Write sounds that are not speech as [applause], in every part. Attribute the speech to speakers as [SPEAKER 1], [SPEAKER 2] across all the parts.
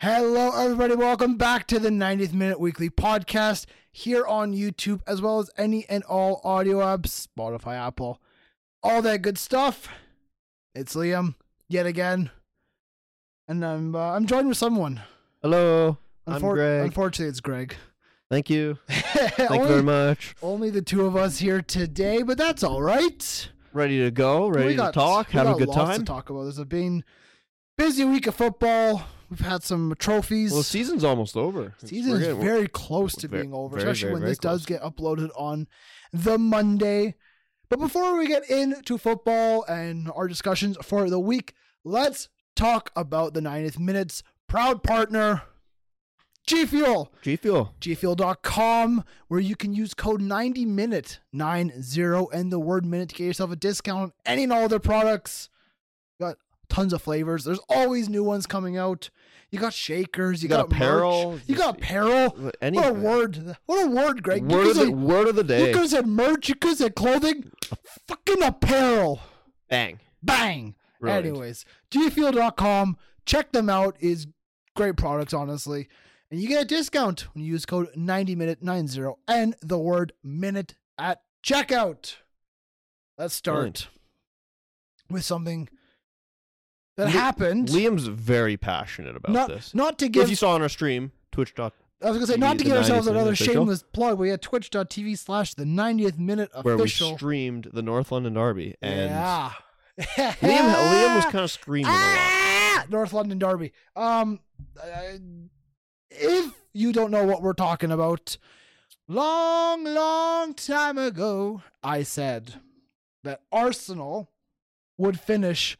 [SPEAKER 1] Hello, everybody. Welcome back to the 90th Minute Weekly Podcast here on YouTube, as well as any and all audio apps, Spotify, Apple, all that good stuff. It's Liam yet again, and I'm uh, I'm joined with someone.
[SPEAKER 2] Hello, I'm
[SPEAKER 1] Unfor-
[SPEAKER 2] Greg.
[SPEAKER 1] Unfortunately, it's Greg.
[SPEAKER 2] Thank you.
[SPEAKER 1] [laughs]
[SPEAKER 2] Thank
[SPEAKER 1] only,
[SPEAKER 2] you very much.
[SPEAKER 1] only the two of us here today, but that's all right.
[SPEAKER 2] Ready to go. Ready
[SPEAKER 1] we got,
[SPEAKER 2] to talk.
[SPEAKER 1] we
[SPEAKER 2] Having
[SPEAKER 1] got
[SPEAKER 2] a good
[SPEAKER 1] lots
[SPEAKER 2] time.
[SPEAKER 1] To talk about. There's been busy week of football. We've had some trophies.
[SPEAKER 2] Well, the season's almost over. It's-
[SPEAKER 1] season
[SPEAKER 2] we're
[SPEAKER 1] is
[SPEAKER 2] getting- we're-
[SPEAKER 1] very close to
[SPEAKER 2] very-
[SPEAKER 1] being over,
[SPEAKER 2] very,
[SPEAKER 1] especially
[SPEAKER 2] very,
[SPEAKER 1] when
[SPEAKER 2] very
[SPEAKER 1] this does
[SPEAKER 2] close.
[SPEAKER 1] get uploaded on the Monday. But before we get into football and our discussions for the week, let's talk about the 90th Minutes proud partner, G Fuel.
[SPEAKER 2] G Fuel.
[SPEAKER 1] E gfuel.com, where you can use code 90minute, 90, and the word minute to get yourself a discount on any and all their products. You got tons of flavors. There's always new ones coming out. You got shakers. You,
[SPEAKER 2] You got
[SPEAKER 1] merch,
[SPEAKER 2] apparel,
[SPEAKER 1] You got
[SPEAKER 2] just-
[SPEAKER 1] apparel.
[SPEAKER 2] what-
[SPEAKER 1] What a
[SPEAKER 2] anything.
[SPEAKER 1] word. What a word, Greg.
[SPEAKER 2] Word
[SPEAKER 1] you could
[SPEAKER 2] of, the,
[SPEAKER 1] say-
[SPEAKER 2] word of the
[SPEAKER 1] You
[SPEAKER 2] day.
[SPEAKER 1] could have said merch. You could have said clothing. Fucking apparel.
[SPEAKER 2] Bang.
[SPEAKER 1] Bang.
[SPEAKER 2] Brilliant.
[SPEAKER 1] Anyways, gfuel.com. Check them out. Is great products, honestly. And you get a discount when you use code 90minute90 and the word minute at checkout. Let's start
[SPEAKER 2] Brilliant.
[SPEAKER 1] with something that
[SPEAKER 2] Li-
[SPEAKER 1] happened.
[SPEAKER 2] Liam's very passionate about
[SPEAKER 1] not,
[SPEAKER 2] this.
[SPEAKER 1] not to
[SPEAKER 2] if
[SPEAKER 1] give
[SPEAKER 2] you saw on our stream, Twitch dot
[SPEAKER 1] I was gonna say
[SPEAKER 2] You
[SPEAKER 1] not
[SPEAKER 2] mean
[SPEAKER 1] to
[SPEAKER 2] the
[SPEAKER 1] give ourselves
[SPEAKER 2] 90th minute
[SPEAKER 1] another
[SPEAKER 2] official?
[SPEAKER 1] shameless plug. We had twitch.tv slash the 90th minute
[SPEAKER 2] where we
[SPEAKER 1] official.
[SPEAKER 2] streamed the North London Derby, and
[SPEAKER 1] yeah. [laughs]
[SPEAKER 2] Liam Liam was kind of screaming a lot.
[SPEAKER 1] Ah! North London Derby. Um, uh, if you don't know what we're talking about, long, long time ago, I said that Arsenal would finish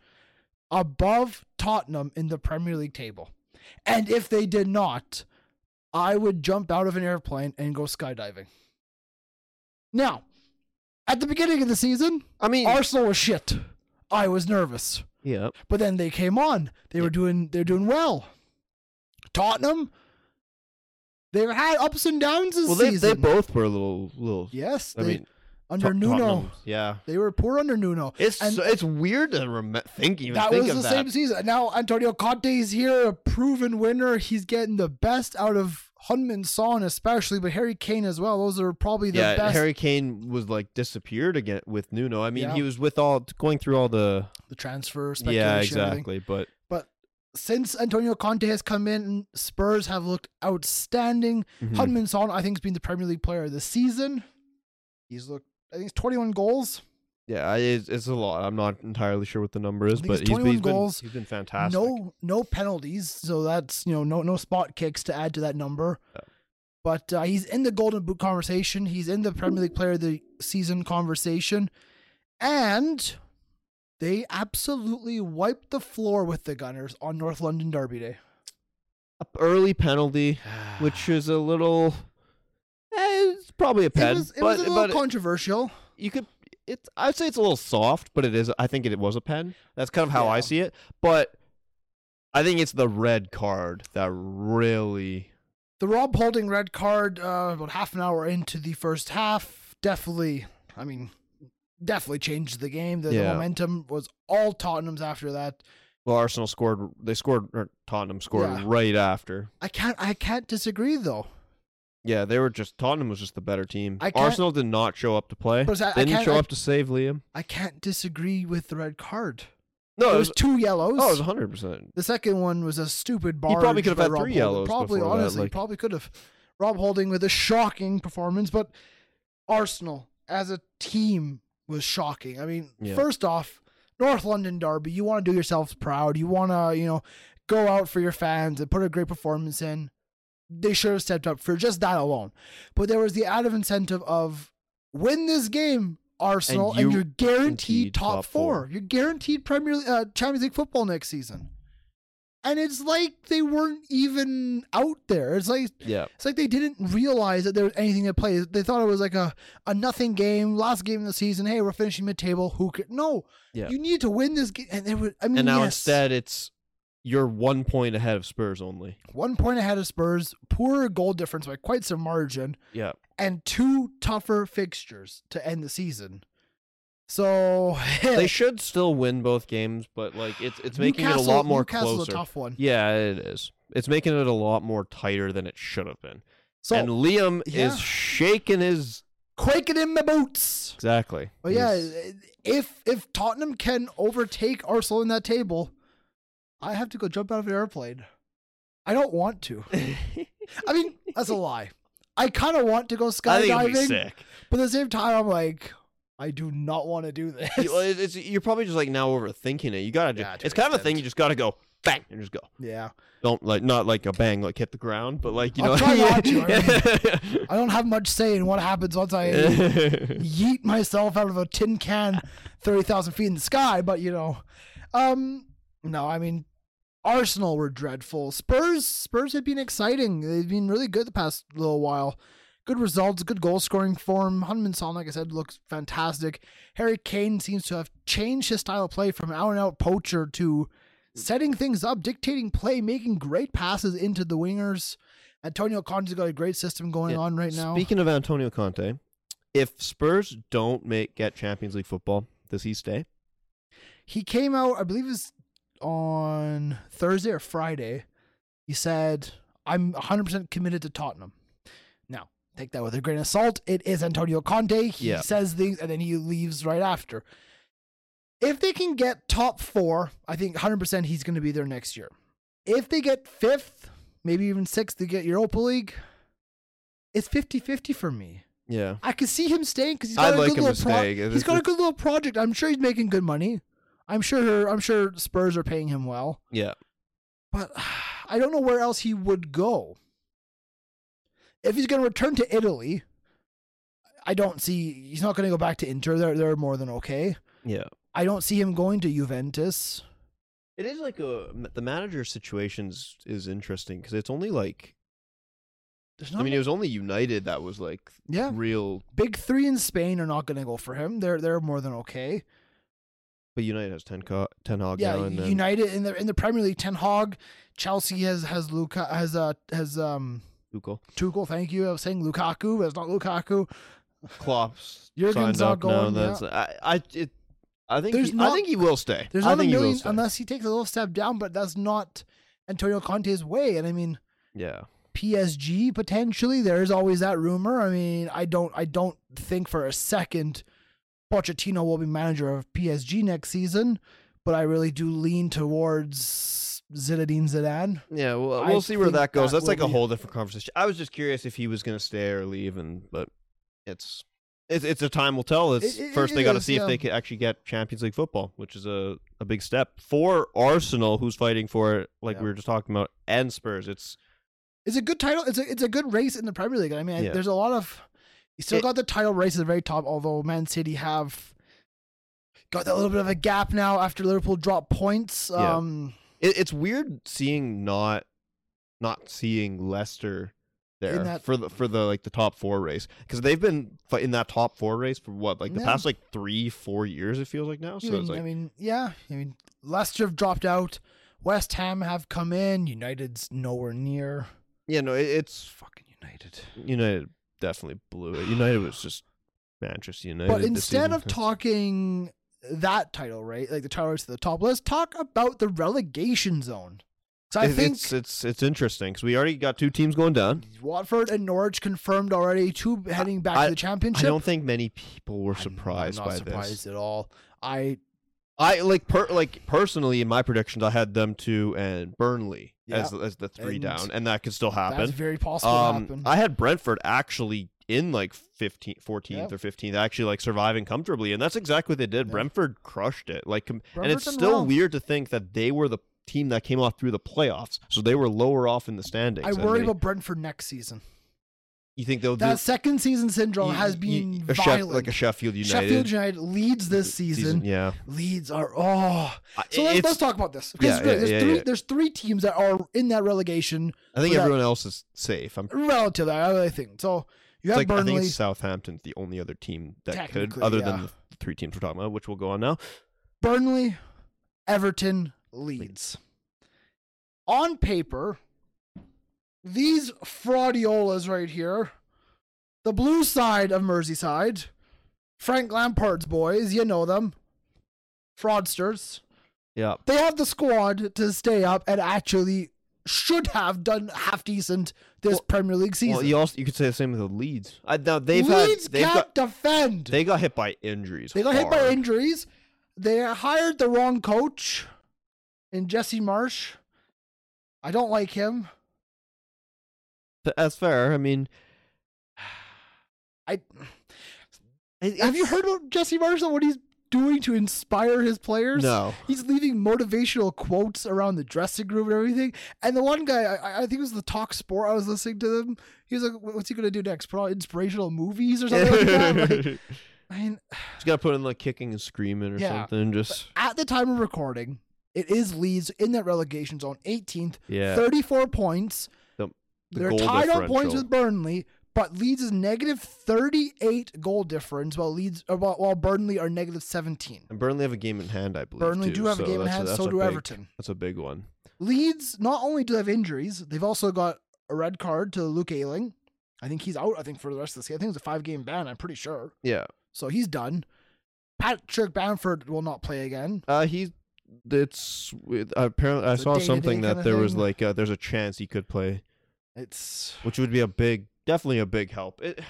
[SPEAKER 1] above Tottenham in the Premier League table, and if they did not, I would jump out of an airplane and go skydiving. Now, at the beginning of the season,
[SPEAKER 2] I mean,
[SPEAKER 1] Arsenal was shit. I was nervous.
[SPEAKER 2] yeah,
[SPEAKER 1] But then they came on. They were doing they're doing well. Tottenham. They've had ups and downs this
[SPEAKER 2] well, they, they
[SPEAKER 1] season.
[SPEAKER 2] both were a little little.
[SPEAKER 1] yes,
[SPEAKER 2] I
[SPEAKER 1] they,
[SPEAKER 2] mean,
[SPEAKER 1] under
[SPEAKER 2] Tot-
[SPEAKER 1] Nuno,
[SPEAKER 2] Tottenham, yeah,
[SPEAKER 1] they were poor under Nuno.
[SPEAKER 2] it's
[SPEAKER 1] and
[SPEAKER 2] so- it's weird to rem- think even
[SPEAKER 1] that
[SPEAKER 2] think
[SPEAKER 1] was
[SPEAKER 2] of
[SPEAKER 1] the
[SPEAKER 2] that.
[SPEAKER 1] same season. And Now Antonio Conte is here, a proven winner. He's getting the best out of Hunman Son, especially, but Harry Kane as well. Those are probably the
[SPEAKER 2] yeah,
[SPEAKER 1] best.
[SPEAKER 2] Harry Kane was like disappeared again with Nuno. I mean,
[SPEAKER 1] Yeah.
[SPEAKER 2] he was with all going through all the
[SPEAKER 1] the transfer speculation.
[SPEAKER 2] yeah,
[SPEAKER 1] everything.
[SPEAKER 2] exactly. But
[SPEAKER 1] But since Antonio Conte has come in, Spurs have looked outstanding.
[SPEAKER 2] Mhm.
[SPEAKER 1] Hudmin Son, I think, has been the Premier League player of the season. He's looked, I think, it's 21 goals.
[SPEAKER 2] yeah, I- it's, it's a lot. I'm not entirely sure what the number is,
[SPEAKER 1] think
[SPEAKER 2] but
[SPEAKER 1] it's
[SPEAKER 2] he's,
[SPEAKER 1] 21
[SPEAKER 2] he's been
[SPEAKER 1] goals,
[SPEAKER 2] he's been fantastic.
[SPEAKER 1] No, no penalties. So that's you know, no, no spot kicks to add to that number.
[SPEAKER 2] Yeah.
[SPEAKER 1] But uh, he's in the Golden Boot conversation. He's in the Premier League Player of the Season conversation, and they absolutely wiped the floor with the Gunners on North London Derby Day.
[SPEAKER 2] A p- early penalty,
[SPEAKER 1] [sighs]
[SPEAKER 2] which is a little. eh, it's probably a pen,
[SPEAKER 1] it was, it
[SPEAKER 2] but
[SPEAKER 1] was a little
[SPEAKER 2] but
[SPEAKER 1] controversial.
[SPEAKER 2] you could. It's I'd say it's a little soft, but it is. I think it, was a pen. That's kind of how
[SPEAKER 1] Yeah.
[SPEAKER 2] I see it. But I think it's the red card that really.
[SPEAKER 1] the Rob Holding red card uh, about half an hour into the first half definitely, I mean, definitely changed the game. The, the
[SPEAKER 2] Yeah.
[SPEAKER 1] momentum was all Tottenham's after that.
[SPEAKER 2] Well, Arsenal scored. They scored. Or Tottenham scored
[SPEAKER 1] Yeah.
[SPEAKER 2] right after.
[SPEAKER 1] I can't, I can't disagree though.
[SPEAKER 2] Yeah, they were just Tottenham was just the better team.
[SPEAKER 1] I can't-
[SPEAKER 2] Arsenal did not show up to play.
[SPEAKER 1] But I- I
[SPEAKER 2] Didn't
[SPEAKER 1] can't-
[SPEAKER 2] show
[SPEAKER 1] I-
[SPEAKER 2] up to save Liam.
[SPEAKER 1] I can't disagree with the red card.
[SPEAKER 2] No,
[SPEAKER 1] it was two yellows.
[SPEAKER 2] Oh, it was 100%.
[SPEAKER 1] the second one was a stupid bar.
[SPEAKER 2] probably could have had three yellows
[SPEAKER 1] Probably,
[SPEAKER 2] before that,
[SPEAKER 1] honestly,
[SPEAKER 2] like-
[SPEAKER 1] probably could have. Rob Holding with a shocking performance, but Arsenal as a team was shocking. I mean,
[SPEAKER 2] Yeah.
[SPEAKER 1] first off, North London Derby, you want to do yourselves proud. You want to, you know, go out for your fans and put a great performance in. They should have stepped up for just that alone. But there was the added incentive of win this game, Arsenal, and,
[SPEAKER 2] you-
[SPEAKER 1] you're guaranteed
[SPEAKER 2] guaranteed
[SPEAKER 1] top,
[SPEAKER 2] top
[SPEAKER 1] 4 four.
[SPEAKER 2] four.
[SPEAKER 1] You're guaranteed Premier uh, Champions League football next season. And it's like they weren't even out there. It's like
[SPEAKER 2] Yeah.
[SPEAKER 1] it's like they didn't realize that there was anything to play. They thought it was like a, a nothing game, last game of the season. Hey, we're finishing mid table. Who could? No,
[SPEAKER 2] Yeah.
[SPEAKER 1] you need to win this game. And they were. I mean,
[SPEAKER 2] and now
[SPEAKER 1] yes,
[SPEAKER 2] instead it's you're one point ahead of Spurs only.
[SPEAKER 1] one point ahead of Spurs, poor goal difference by quite some margin,
[SPEAKER 2] Yeah.
[SPEAKER 1] and two tougher fixtures to end the season. So [laughs]
[SPEAKER 2] They should still win both games, but like it's it's making it a
[SPEAKER 1] Newcastle-
[SPEAKER 2] lot more
[SPEAKER 1] Newcastle's
[SPEAKER 2] closer.
[SPEAKER 1] a tough one.
[SPEAKER 2] Yeah, it is. It's making it a lot more tighter than it should have been.
[SPEAKER 1] So
[SPEAKER 2] and Liam
[SPEAKER 1] yeah.
[SPEAKER 2] is shaking his
[SPEAKER 1] quaking in my boots.
[SPEAKER 2] exactly.
[SPEAKER 1] But yeah, eh,
[SPEAKER 2] He's-
[SPEAKER 1] if if Tottenham can overtake Arsenal in that table, I have to go jump out of an airplane. I don't want to. I mean, that's
[SPEAKER 2] [laughs]
[SPEAKER 1] a lie. I kind of want to go
[SPEAKER 2] I think it'd be
[SPEAKER 1] skydiving,
[SPEAKER 2] sick.
[SPEAKER 1] but at the same time, I'm like, I do not want to do this.
[SPEAKER 2] You, well, it's, it's- you're probably just like now overthinking it. You gotta just
[SPEAKER 1] Yeah, to
[SPEAKER 2] it's kind of a
[SPEAKER 1] extent.
[SPEAKER 2] thing. You just gotta go bang and just go.
[SPEAKER 1] yeah,
[SPEAKER 2] Don't like not like a bang like hit the ground, but like you
[SPEAKER 1] I'll
[SPEAKER 2] know.
[SPEAKER 1] try not to,
[SPEAKER 2] [laughs]
[SPEAKER 1] I I don't have much say in what happens once I
[SPEAKER 2] [laughs]
[SPEAKER 1] yeet myself out of a tin can 30,000 feet in the sky, but you know. Um, no, I mean, Arsenal were dreadful. Spurs, Spurs have been exciting. They've been really good the past little while. Good results, good goal scoring form. Hunman Son, like I said, looks fantastic. Harry Kane seems to have changed his style of play from an out and out poacher to setting things up, dictating play, making great passes into the wingers. Antonio Conte's got a great system going
[SPEAKER 2] Yeah.
[SPEAKER 1] on right now.
[SPEAKER 2] Speaking of Antonio Conte, if Spurs don't make get Champions League football, does he stay?
[SPEAKER 1] he came out, I believe it's on Thursday or Friday. He said, I'm 100% committed to Tottenham. Now, take that with a grain of salt. It is Antonio Conte. He
[SPEAKER 2] Yeah.
[SPEAKER 1] says things and then he leaves right after. If they can get top four, I think 100% he's going to be there next year. If they get fifth, maybe even sixth to get Europa League, it's 50 50 for me.
[SPEAKER 2] Yeah.
[SPEAKER 1] I could see him staying because he's
[SPEAKER 2] I'd
[SPEAKER 1] got a
[SPEAKER 2] like
[SPEAKER 1] good
[SPEAKER 2] him
[SPEAKER 1] little
[SPEAKER 2] to
[SPEAKER 1] pro-
[SPEAKER 2] stay. If
[SPEAKER 1] He's
[SPEAKER 2] it's-
[SPEAKER 1] got a good little project. I'm sure he's making good money. I'm sure. I'm sure Spurs are paying him well,
[SPEAKER 2] Yeah.
[SPEAKER 1] but [sighs] I don't know where else he would go. If he's going to return to Italy, I don't see he's not going to go back to Inter. They're they're more than okay.
[SPEAKER 2] Yeah.
[SPEAKER 1] I don't see him going to Juventus.
[SPEAKER 2] It is like a the manager situations is interesting because it's only like
[SPEAKER 1] There's not
[SPEAKER 2] I mean
[SPEAKER 1] mu-
[SPEAKER 2] it was only United that was like
[SPEAKER 1] yeah.
[SPEAKER 2] real,
[SPEAKER 1] Big three in Spain are not going to go for him. They're they're more than okay.
[SPEAKER 2] but United has ten co- ten hog
[SPEAKER 1] Yeah,
[SPEAKER 2] now and then
[SPEAKER 1] United in the in the Premier League, Ten Hog, Chelsea has has Luca has uh has um
[SPEAKER 2] Tuchel.
[SPEAKER 1] Tuchel, thank you. I was saying Lukaku, but it's not Lukaku.
[SPEAKER 2] Klopp's
[SPEAKER 1] Jurgen's
[SPEAKER 2] signed
[SPEAKER 1] not
[SPEAKER 2] up now.
[SPEAKER 1] going,
[SPEAKER 2] and That's I I it, I think
[SPEAKER 1] There's
[SPEAKER 2] he,
[SPEAKER 1] not-
[SPEAKER 2] I think he will stay.
[SPEAKER 1] There's
[SPEAKER 2] I
[SPEAKER 1] not a
[SPEAKER 2] think he will
[SPEAKER 1] million
[SPEAKER 2] stay.
[SPEAKER 1] unless he takes a little step down, but that's not Antonio Conte's way. And I mean
[SPEAKER 2] yeah.
[SPEAKER 1] PSG potentially. There is always that rumor. I mean, I don't I don't think for a second Pochettino will be manager of PSG next season, but I really do lean towards Zinedine Zidane.
[SPEAKER 2] Yeah, well,
[SPEAKER 1] I
[SPEAKER 2] we'll see where
[SPEAKER 1] think
[SPEAKER 2] that goes.
[SPEAKER 1] that
[SPEAKER 2] That's like
[SPEAKER 1] will
[SPEAKER 2] a
[SPEAKER 1] be-
[SPEAKER 2] whole different conversation. I was just curious if he was going to stay or leave, and but it's it's it's a time will tell. It's
[SPEAKER 1] It- it-
[SPEAKER 2] first
[SPEAKER 1] it
[SPEAKER 2] they got to
[SPEAKER 1] is,
[SPEAKER 2] see
[SPEAKER 1] yeah.
[SPEAKER 2] if they can actually get Champions League football, which is a, a big step for Arsenal, who's fighting for it, like
[SPEAKER 1] Yeah.
[SPEAKER 2] we were just talking about, and Spurs. It's
[SPEAKER 1] It's a good title. It's a it's a good race in the Premier League. I mean, I-
[SPEAKER 2] Yeah.
[SPEAKER 1] there's a lot of. You still
[SPEAKER 2] It-
[SPEAKER 1] got the title race at the very top, although Man City have got that little bit of a gap now after Liverpool dropped points.
[SPEAKER 2] Yeah.
[SPEAKER 1] Um,
[SPEAKER 2] it, it's weird seeing not not seeing Leicester there
[SPEAKER 1] that-
[SPEAKER 2] for the for the like the top four race because they've been fi- in that top four race for what like the
[SPEAKER 1] Yeah.
[SPEAKER 2] past like three four years it feels like now. So
[SPEAKER 1] I, mean,
[SPEAKER 2] it's like
[SPEAKER 1] I mean, yeah, I mean, Leicester have dropped out. West Ham have come in. United's nowhere near.
[SPEAKER 2] yeah, no, it, it's
[SPEAKER 1] Fucking United.
[SPEAKER 2] United definitely blew it. United was just Manchester United.
[SPEAKER 1] But
[SPEAKER 2] this
[SPEAKER 1] instead
[SPEAKER 2] season.
[SPEAKER 1] of talking that title, right, like the title race to the top, let's talk about the relegation zone. 'Cause I
[SPEAKER 2] It-
[SPEAKER 1] think
[SPEAKER 2] it's it's it's interesting because we already got two teams going down.
[SPEAKER 1] Watford and Norwich confirmed already. Two heading back
[SPEAKER 2] I-
[SPEAKER 1] to the championship.
[SPEAKER 2] I don't think many people were surprised
[SPEAKER 1] I'm, I'm not
[SPEAKER 2] by
[SPEAKER 1] surprised
[SPEAKER 2] this.
[SPEAKER 1] at all. I
[SPEAKER 2] I like per, like personally in my predictions, I had them two and Burnley as as the three
[SPEAKER 1] And
[SPEAKER 2] down, and that could still
[SPEAKER 1] That's
[SPEAKER 2] happen.
[SPEAKER 1] very possible to
[SPEAKER 2] Um,
[SPEAKER 1] happen.
[SPEAKER 2] I had Brentford actually in like 15th, 14th
[SPEAKER 1] Yeah.
[SPEAKER 2] or 15th, actually like surviving comfortably, and that's exactly what they did.
[SPEAKER 1] Yeah.
[SPEAKER 2] Brentford crushed it, like, com- and
[SPEAKER 1] Brentford
[SPEAKER 2] it's
[SPEAKER 1] done
[SPEAKER 2] still
[SPEAKER 1] well.
[SPEAKER 2] weird to think that they were the team that came off through the playoffs, so they were lower off in the standings.
[SPEAKER 1] I
[SPEAKER 2] and
[SPEAKER 1] worry
[SPEAKER 2] they-
[SPEAKER 1] about Brentford next season.
[SPEAKER 2] you think they'll
[SPEAKER 1] That
[SPEAKER 2] do
[SPEAKER 1] second season syndrome
[SPEAKER 2] you-
[SPEAKER 1] has
[SPEAKER 2] you-
[SPEAKER 1] been
[SPEAKER 2] a Sheff-
[SPEAKER 1] violent.
[SPEAKER 2] like a Sheffield United
[SPEAKER 1] Sheffield United leads this season.
[SPEAKER 2] yeah,
[SPEAKER 1] Leads are oh.
[SPEAKER 2] I-
[SPEAKER 1] So let's,
[SPEAKER 2] it's-
[SPEAKER 1] let's talk about this because
[SPEAKER 2] Yeah,
[SPEAKER 1] really,
[SPEAKER 2] yeah,
[SPEAKER 1] there's
[SPEAKER 2] yeah,
[SPEAKER 1] three
[SPEAKER 2] yeah.
[SPEAKER 1] there's three teams that are in that relegation
[SPEAKER 2] I think
[SPEAKER 1] for that-
[SPEAKER 2] everyone else is safe. I'm
[SPEAKER 1] relative. I really think so. You have
[SPEAKER 2] It's like, I think
[SPEAKER 1] Burnley.
[SPEAKER 2] it's Southampton's the only other team that could,
[SPEAKER 1] Technically,
[SPEAKER 2] other
[SPEAKER 1] yeah.
[SPEAKER 2] than the three teams we're talking about, which we'll go on now.
[SPEAKER 1] Burnley, Everton, Leeds. On paper, these fraudiolas right here, the blue side of Merseyside, Frank Lampard's boys, you know them, fraudsters.
[SPEAKER 2] Yeah,
[SPEAKER 1] They have the squad to stay up and actually should have done half decent this
[SPEAKER 2] Well-
[SPEAKER 1] Premier League season.
[SPEAKER 2] well, you also you could say the same with the Leeds. I, now they've
[SPEAKER 1] Leeds
[SPEAKER 2] had they've
[SPEAKER 1] can't
[SPEAKER 2] got,
[SPEAKER 1] defend.
[SPEAKER 2] they got hit by injuries.
[SPEAKER 1] They got hit by
[SPEAKER 2] hard.
[SPEAKER 1] injuries. They hired the wrong coach in Jesse Marsh. I don't like him.
[SPEAKER 2] Th- That's fair. I mean,
[SPEAKER 1] I have you heard about Jesse Marsh and what he's doing to inspire his players?
[SPEAKER 2] No.
[SPEAKER 1] He's leaving motivational quotes around the dressing room and everything. And the one guy, I, I- I think it was the Talk Sport, I was listening to them. He was like, "Wh- "What's he gonna do next? Put on inspirational movies or something like
[SPEAKER 2] [laughs]
[SPEAKER 1] that?" Like,
[SPEAKER 2] just
[SPEAKER 1] I mean,
[SPEAKER 2] got to put in like kicking and screaming or
[SPEAKER 1] Yeah,
[SPEAKER 2] something. Just
[SPEAKER 1] at the time of recording, it is Leeds in that relegation zone, 18th,
[SPEAKER 2] Yeah.
[SPEAKER 1] 34 points.
[SPEAKER 2] the, the
[SPEAKER 1] They're
[SPEAKER 2] goal
[SPEAKER 1] tied on points
[SPEAKER 2] differential.
[SPEAKER 1] with Burnley, but Leeds is negative 38 goal difference, while Leeds uh, while, while Burnley are negative 17.
[SPEAKER 2] And Burnley have a game in hand, I believe.
[SPEAKER 1] Burnley
[SPEAKER 2] too,
[SPEAKER 1] do have a
[SPEAKER 2] so
[SPEAKER 1] game in
[SPEAKER 2] that's
[SPEAKER 1] hand,
[SPEAKER 2] that's
[SPEAKER 1] so
[SPEAKER 2] a
[SPEAKER 1] do
[SPEAKER 2] big-
[SPEAKER 1] Everton.
[SPEAKER 2] That's a big one.
[SPEAKER 1] Leeds not only do they have injuries, they've also got a red card to Luke Ayling. I think he's out. I think for the rest of the season, I think it was a five game ban. I'm pretty sure,
[SPEAKER 2] Yeah,
[SPEAKER 1] so he's done. Patrick Bamford will not play again.
[SPEAKER 2] Uh, he's it's it- apparently I
[SPEAKER 1] It's a
[SPEAKER 2] saw
[SPEAKER 1] day-to-day
[SPEAKER 2] something that
[SPEAKER 1] kinda
[SPEAKER 2] there was
[SPEAKER 1] thing.
[SPEAKER 2] like uh there's a chance he could play,
[SPEAKER 1] It's
[SPEAKER 2] which would be a big, definitely a big help. It,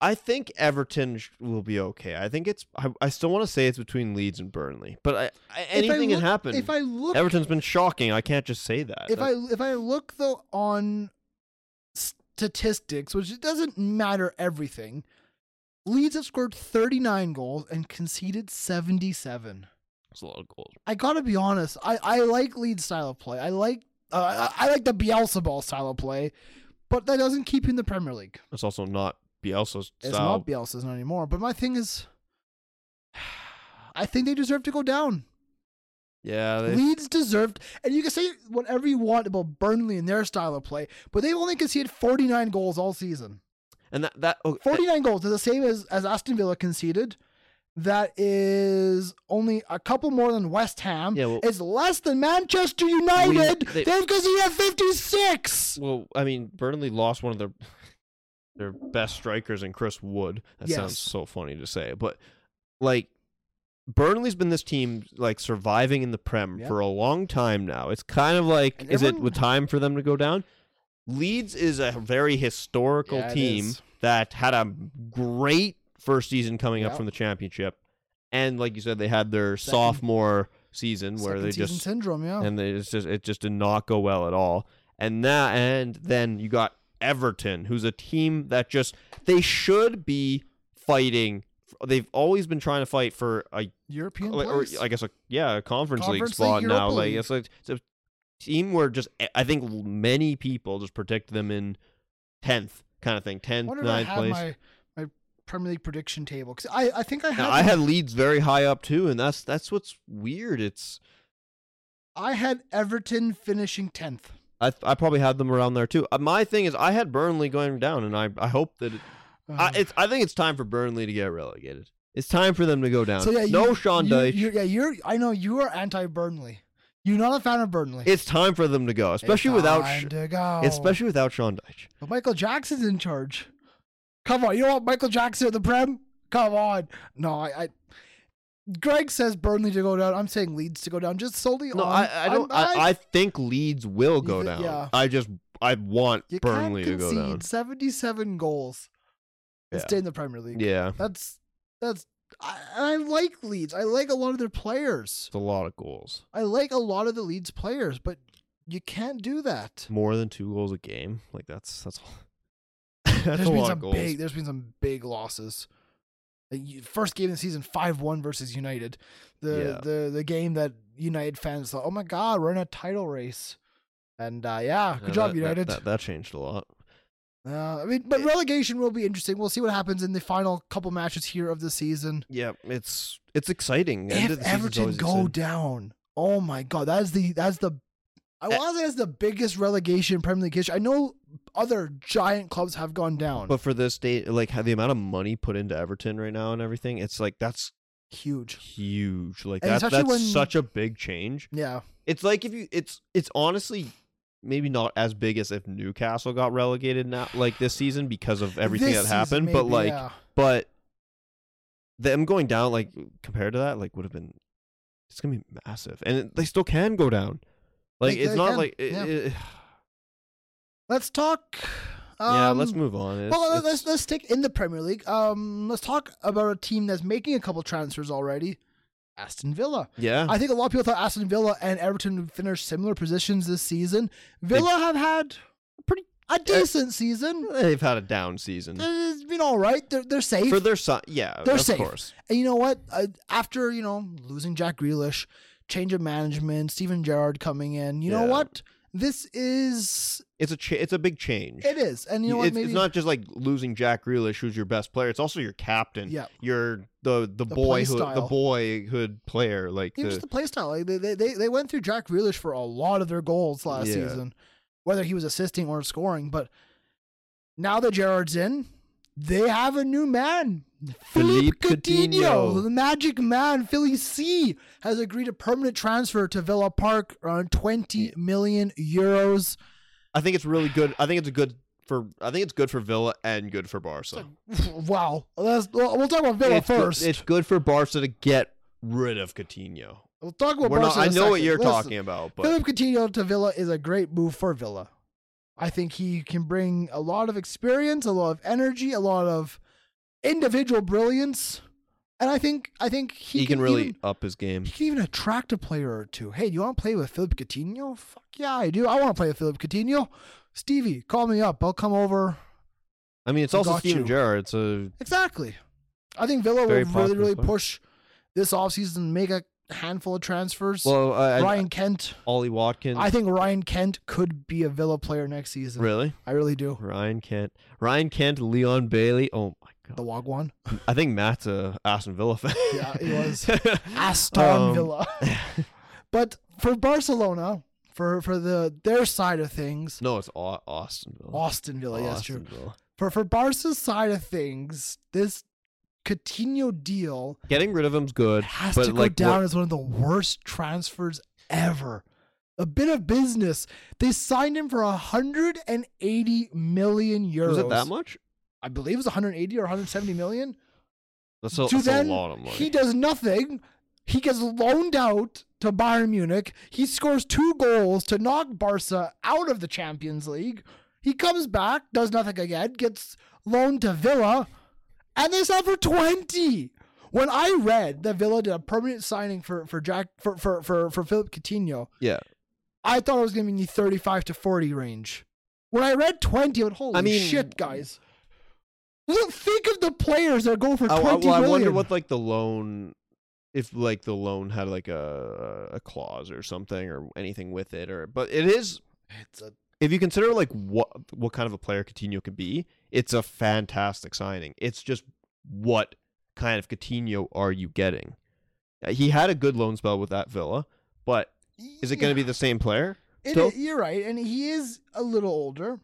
[SPEAKER 2] I think Everton sh- will be okay. I think it's I, I still want to say it's between Leeds and Burnley, but I, I
[SPEAKER 1] If I
[SPEAKER 2] anything
[SPEAKER 1] look-
[SPEAKER 2] can happen.
[SPEAKER 1] If I look,
[SPEAKER 2] Everton's been shocking. I can't just say that.
[SPEAKER 1] if
[SPEAKER 2] That-
[SPEAKER 1] I if I look though on statistics, which it doesn't matter everything, Leeds have scored 39 goals and conceded 77.
[SPEAKER 2] that's a lot of goals.
[SPEAKER 1] I gotta be honest, I I like Leeds style of play. I like uh, I I like the Bielsa ball style of play, but that doesn't keep you in the Premier League.
[SPEAKER 2] It's also not Bielsa's
[SPEAKER 1] It's
[SPEAKER 2] style.
[SPEAKER 1] not Bielsa's not anymore. But my thing is, [sighs] I think they deserve to go down.
[SPEAKER 2] yeah, they,
[SPEAKER 1] Leeds deserved, and you can say whatever you want about Burnley and their style of play, but they've only conceded 49 goals all season.
[SPEAKER 2] and that that oh,
[SPEAKER 1] 49 goals is the same as, as Aston Villa conceded. That is only a couple more than West Ham.
[SPEAKER 2] Yeah, well-
[SPEAKER 1] it's less than Manchester United.
[SPEAKER 2] they-
[SPEAKER 1] they, have conceded 56.
[SPEAKER 2] Well, I mean, Burnley lost one of their their best strikers in Chris Wood. That
[SPEAKER 1] Yes.
[SPEAKER 2] sounds so funny to say, but like Burnley's been this team like surviving in the Prem
[SPEAKER 1] Yeah.
[SPEAKER 2] for a long time now. It's kind of like
[SPEAKER 1] And
[SPEAKER 2] is it
[SPEAKER 1] everyone-
[SPEAKER 2] with time for them to go down? Leeds is a very historical
[SPEAKER 1] Yeah, it
[SPEAKER 2] team
[SPEAKER 1] is.
[SPEAKER 2] that had a great first season coming
[SPEAKER 1] Yeah.
[SPEAKER 2] up from the championship. And like you said, they had their
[SPEAKER 1] Second-
[SPEAKER 2] sophomore season where
[SPEAKER 1] Second
[SPEAKER 2] they
[SPEAKER 1] season
[SPEAKER 2] just
[SPEAKER 1] syndrome, yeah.
[SPEAKER 2] and they- it's just it just did not go well at all. And that and then you got Everton, who's a team that just they should be fighting. They've always been trying to fight for a
[SPEAKER 1] European
[SPEAKER 2] like, or
[SPEAKER 1] place.
[SPEAKER 2] I guess a yeah a conference, league
[SPEAKER 1] Conference League,
[SPEAKER 2] spot now.
[SPEAKER 1] Europa
[SPEAKER 2] Like
[SPEAKER 1] League.
[SPEAKER 2] it's like it's a team where just eh, I think many people just predict them in tenth kind of thing, tenth,
[SPEAKER 1] wonder if I
[SPEAKER 2] ninth
[SPEAKER 1] had
[SPEAKER 2] place.
[SPEAKER 1] my, my Premier League prediction table. 'Cause I, I think I had
[SPEAKER 2] Now, I had Leeds very high up too, and that's that's what's weird. It's
[SPEAKER 1] I had Everton finishing 10th.
[SPEAKER 2] I, I probably had them around there too. Uh, my thing is, I had Burnley going down, and I, I hope that it, I,
[SPEAKER 1] Um,
[SPEAKER 2] it's I think it's time for Burnley to get relegated. It's time for them to go down.
[SPEAKER 1] So yeah,
[SPEAKER 2] no
[SPEAKER 1] you-
[SPEAKER 2] Sean
[SPEAKER 1] you-
[SPEAKER 2] Dyche.
[SPEAKER 1] you're- yeah, you're. I know you are anti-Burnley. You're not a fan of Burnley,
[SPEAKER 2] It's time for them to go, especially without
[SPEAKER 1] It's
[SPEAKER 2] Sh-
[SPEAKER 1] time to go.
[SPEAKER 2] especially without Sean Dyche.
[SPEAKER 1] But Michael Jackson's in charge. Come on, you don't want Michael Jackson at the prem? Come on. No, I. I Greg says Burnley to go down. I'm saying Leeds to go down, just solely
[SPEAKER 2] No,
[SPEAKER 1] on.
[SPEAKER 2] I, I don't.
[SPEAKER 1] I'm-
[SPEAKER 2] I, I think Leeds will go
[SPEAKER 1] thi-
[SPEAKER 2] down.
[SPEAKER 1] yeah.
[SPEAKER 2] I just I want
[SPEAKER 1] you can't
[SPEAKER 2] Burnley to go
[SPEAKER 1] concede
[SPEAKER 2] down.
[SPEAKER 1] 77 goals. and
[SPEAKER 2] Yeah.
[SPEAKER 1] Stay in the Premier League.
[SPEAKER 2] Yeah,
[SPEAKER 1] That's that's I, I like Leeds. I like a lot of their players.
[SPEAKER 2] It's a lot of goals.
[SPEAKER 1] I like a lot of the Leeds players, but you can't do that.
[SPEAKER 2] More than two goals a game. Like that's that's [laughs] that's
[SPEAKER 1] there's
[SPEAKER 2] a
[SPEAKER 1] been
[SPEAKER 2] lot
[SPEAKER 1] some
[SPEAKER 2] of goals.
[SPEAKER 1] big. There's been some big losses. Like, you- First game of the season, five one versus United. The
[SPEAKER 2] Yeah.
[SPEAKER 1] the the game that United fans thought, oh my god, we're in a title race. And uh, yeah, good
[SPEAKER 2] Yeah,
[SPEAKER 1] job,
[SPEAKER 2] that- that-
[SPEAKER 1] United.
[SPEAKER 2] That, that changed a lot.
[SPEAKER 1] Uh, I mean, but relegation will be interesting. We'll see what happens in the final couple matches here of the season.
[SPEAKER 2] Yeah, it's it's exciting. End of
[SPEAKER 1] If
[SPEAKER 2] the season's
[SPEAKER 1] Everton
[SPEAKER 2] always
[SPEAKER 1] go
[SPEAKER 2] exciting.
[SPEAKER 1] down, oh my god, that's the that's the I
[SPEAKER 2] Eh.
[SPEAKER 1] want to say that's the biggest relegation in Premier League history. I know other giant clubs have gone down,
[SPEAKER 2] but for this day, like how the amount of money put into Everton right now and everything, it's like that's
[SPEAKER 1] huge.
[SPEAKER 2] huge. Like
[SPEAKER 1] And
[SPEAKER 2] that,
[SPEAKER 1] especially
[SPEAKER 2] that's
[SPEAKER 1] when-
[SPEAKER 2] such a big change.
[SPEAKER 1] Yeah,
[SPEAKER 2] It's like if you, it's it's honestly maybe not as big as if Newcastle got relegated now, like this season because of everything
[SPEAKER 1] This
[SPEAKER 2] that
[SPEAKER 1] season
[SPEAKER 2] happened. but
[SPEAKER 1] maybe,
[SPEAKER 2] like,
[SPEAKER 1] yeah.
[SPEAKER 2] but them going down, like compared to that, like would have been, it's gonna be massive, and it- they still can go down. Like
[SPEAKER 1] They-
[SPEAKER 2] it's
[SPEAKER 1] they
[SPEAKER 2] not
[SPEAKER 1] can,
[SPEAKER 2] like it-
[SPEAKER 1] yeah.
[SPEAKER 2] it-
[SPEAKER 1] let's talk. Um,
[SPEAKER 2] [sighs] yeah. Let's move on. It's-
[SPEAKER 1] well, let's
[SPEAKER 2] it's-
[SPEAKER 1] let's stick in the Premier League. Um, let's talk about a team that's making a couple transfers already. Aston Villa.
[SPEAKER 2] yeah.
[SPEAKER 1] I think a lot of people thought Aston Villa and Everton would finish similar positions this season. Villa have had
[SPEAKER 2] pretty
[SPEAKER 1] a decent season.
[SPEAKER 2] They've had a down season
[SPEAKER 1] It's been all right. They're they're safe.
[SPEAKER 2] for their son. Yeah,
[SPEAKER 1] They're
[SPEAKER 2] of
[SPEAKER 1] safe.
[SPEAKER 2] course.
[SPEAKER 1] and you know what? Uh, after you know losing Jack Grealish, change of management, Steven Gerrard coming in. You know
[SPEAKER 2] Yeah.
[SPEAKER 1] what? This is
[SPEAKER 2] It's a cha- it's a big change.
[SPEAKER 1] it is, and you know
[SPEAKER 2] it's,
[SPEAKER 1] what? Maybe
[SPEAKER 2] it's not just like losing Jack Grealish, who's your best player. It's also your captain.
[SPEAKER 1] Yeah.
[SPEAKER 2] your the the,
[SPEAKER 1] play
[SPEAKER 2] boyhood the
[SPEAKER 1] style.
[SPEAKER 2] boyhood player. Like
[SPEAKER 1] even
[SPEAKER 2] the-
[SPEAKER 1] just the play style. Like, they, they they they went through Jack Grealish for a lot of their goals last
[SPEAKER 2] Yeah.
[SPEAKER 1] season, whether he was assisting or scoring. But now that Gerard's in, they have a new man, Philippe
[SPEAKER 2] Philippe
[SPEAKER 1] Coutinho,
[SPEAKER 2] Coutinho.
[SPEAKER 1] the magic man. Philly C has agreed a permanent transfer to Villa Park around twenty million euros.
[SPEAKER 2] I think it's really good. I think it's a good for. I think it's good for Villa and good for Barca.
[SPEAKER 1] Wow, That's, we'll, we'll talk about Villa
[SPEAKER 2] it's good-
[SPEAKER 1] first.
[SPEAKER 2] it's good for Barca to get rid of Coutinho.
[SPEAKER 1] we'll talk about
[SPEAKER 2] We're not,
[SPEAKER 1] Barca
[SPEAKER 2] I
[SPEAKER 1] in
[SPEAKER 2] know
[SPEAKER 1] a
[SPEAKER 2] what
[SPEAKER 1] second.
[SPEAKER 2] you're
[SPEAKER 1] Listen,
[SPEAKER 2] talking about, but
[SPEAKER 1] Philip Coutinho to Villa is a great move for Villa. I think he can bring a lot of experience, a lot of energy, a lot of individual brilliance, and I think I think he,
[SPEAKER 2] he, can, really
[SPEAKER 1] even-
[SPEAKER 2] up his game.
[SPEAKER 1] he can even attract a player or two. Hey, do you want to play with Philip Coutinho? Fuck yeah, I do. I want to play with Philip Coutinho. Stevie, call me up. I'll come over.
[SPEAKER 2] I mean, it's
[SPEAKER 1] I
[SPEAKER 2] also
[SPEAKER 1] got
[SPEAKER 2] Steven
[SPEAKER 1] you.
[SPEAKER 2] Gerrard. It's a
[SPEAKER 1] Exactly. I think Villa will really
[SPEAKER 2] Very popular
[SPEAKER 1] really
[SPEAKER 2] player.
[SPEAKER 1] push this offseason, make a handful of transfers.
[SPEAKER 2] well, I,
[SPEAKER 1] Ryan
[SPEAKER 2] I,
[SPEAKER 1] Kent.
[SPEAKER 2] Ollie Watkins.
[SPEAKER 1] I think Ryan Kent could be a Villa player next season.
[SPEAKER 2] really
[SPEAKER 1] I really do.
[SPEAKER 2] Ryan Kent, Ryan Kent, Leon Bailey. Oh my god.
[SPEAKER 1] The Wagwan.
[SPEAKER 2] I think Matt's a Aston Villa fan.
[SPEAKER 1] Yeah, he was. Aston Villa. but for Barcelona, for for the their side of things,
[SPEAKER 2] [laughs] No, it's Au- Austin Villa.
[SPEAKER 1] Austin Villa, yes, true.
[SPEAKER 2] Villa.
[SPEAKER 1] For for Barca's side of things, this Coutinho deal
[SPEAKER 2] Getting rid of him's good,
[SPEAKER 1] has
[SPEAKER 2] but
[SPEAKER 1] to go
[SPEAKER 2] like
[SPEAKER 1] down
[SPEAKER 2] what-
[SPEAKER 1] as one of the worst transfers ever. A bit of business. They signed him for 180 million euros.
[SPEAKER 2] was it that much?
[SPEAKER 1] I believe it was 180 or 170 million.
[SPEAKER 2] That's a,
[SPEAKER 1] to
[SPEAKER 2] that's
[SPEAKER 1] then
[SPEAKER 2] a lot of money.
[SPEAKER 1] he does nothing. He gets loaned out to Bayern Munich. He scores two goals to knock Barca out of the Champions League. He comes back, does nothing again, gets loaned to Villa, and they sell for twenty. When I read that Villa did a permanent signing for for Jack for for for, for Philip Coutinho,
[SPEAKER 2] yeah,
[SPEAKER 1] I thought it was going to be in the thirty-five to forty range. When I read twenty, I went, "Holy
[SPEAKER 2] mean-
[SPEAKER 1] shit, guys!" Look, think of the players that go for
[SPEAKER 2] I, I-
[SPEAKER 1] twenty million.
[SPEAKER 2] well, I wonder what like the loan, if like the loan had like a a clause or something or anything with it, or but it is
[SPEAKER 1] It's a
[SPEAKER 2] if you consider like what what kind of a player Coutinho could be, it's a fantastic signing. It's just what kind of Coutinho are you getting? Uh, He had a good loan spell with that Villa, but is it going to be the same player?
[SPEAKER 1] It,
[SPEAKER 2] still?
[SPEAKER 1] You're right, and he is a little older.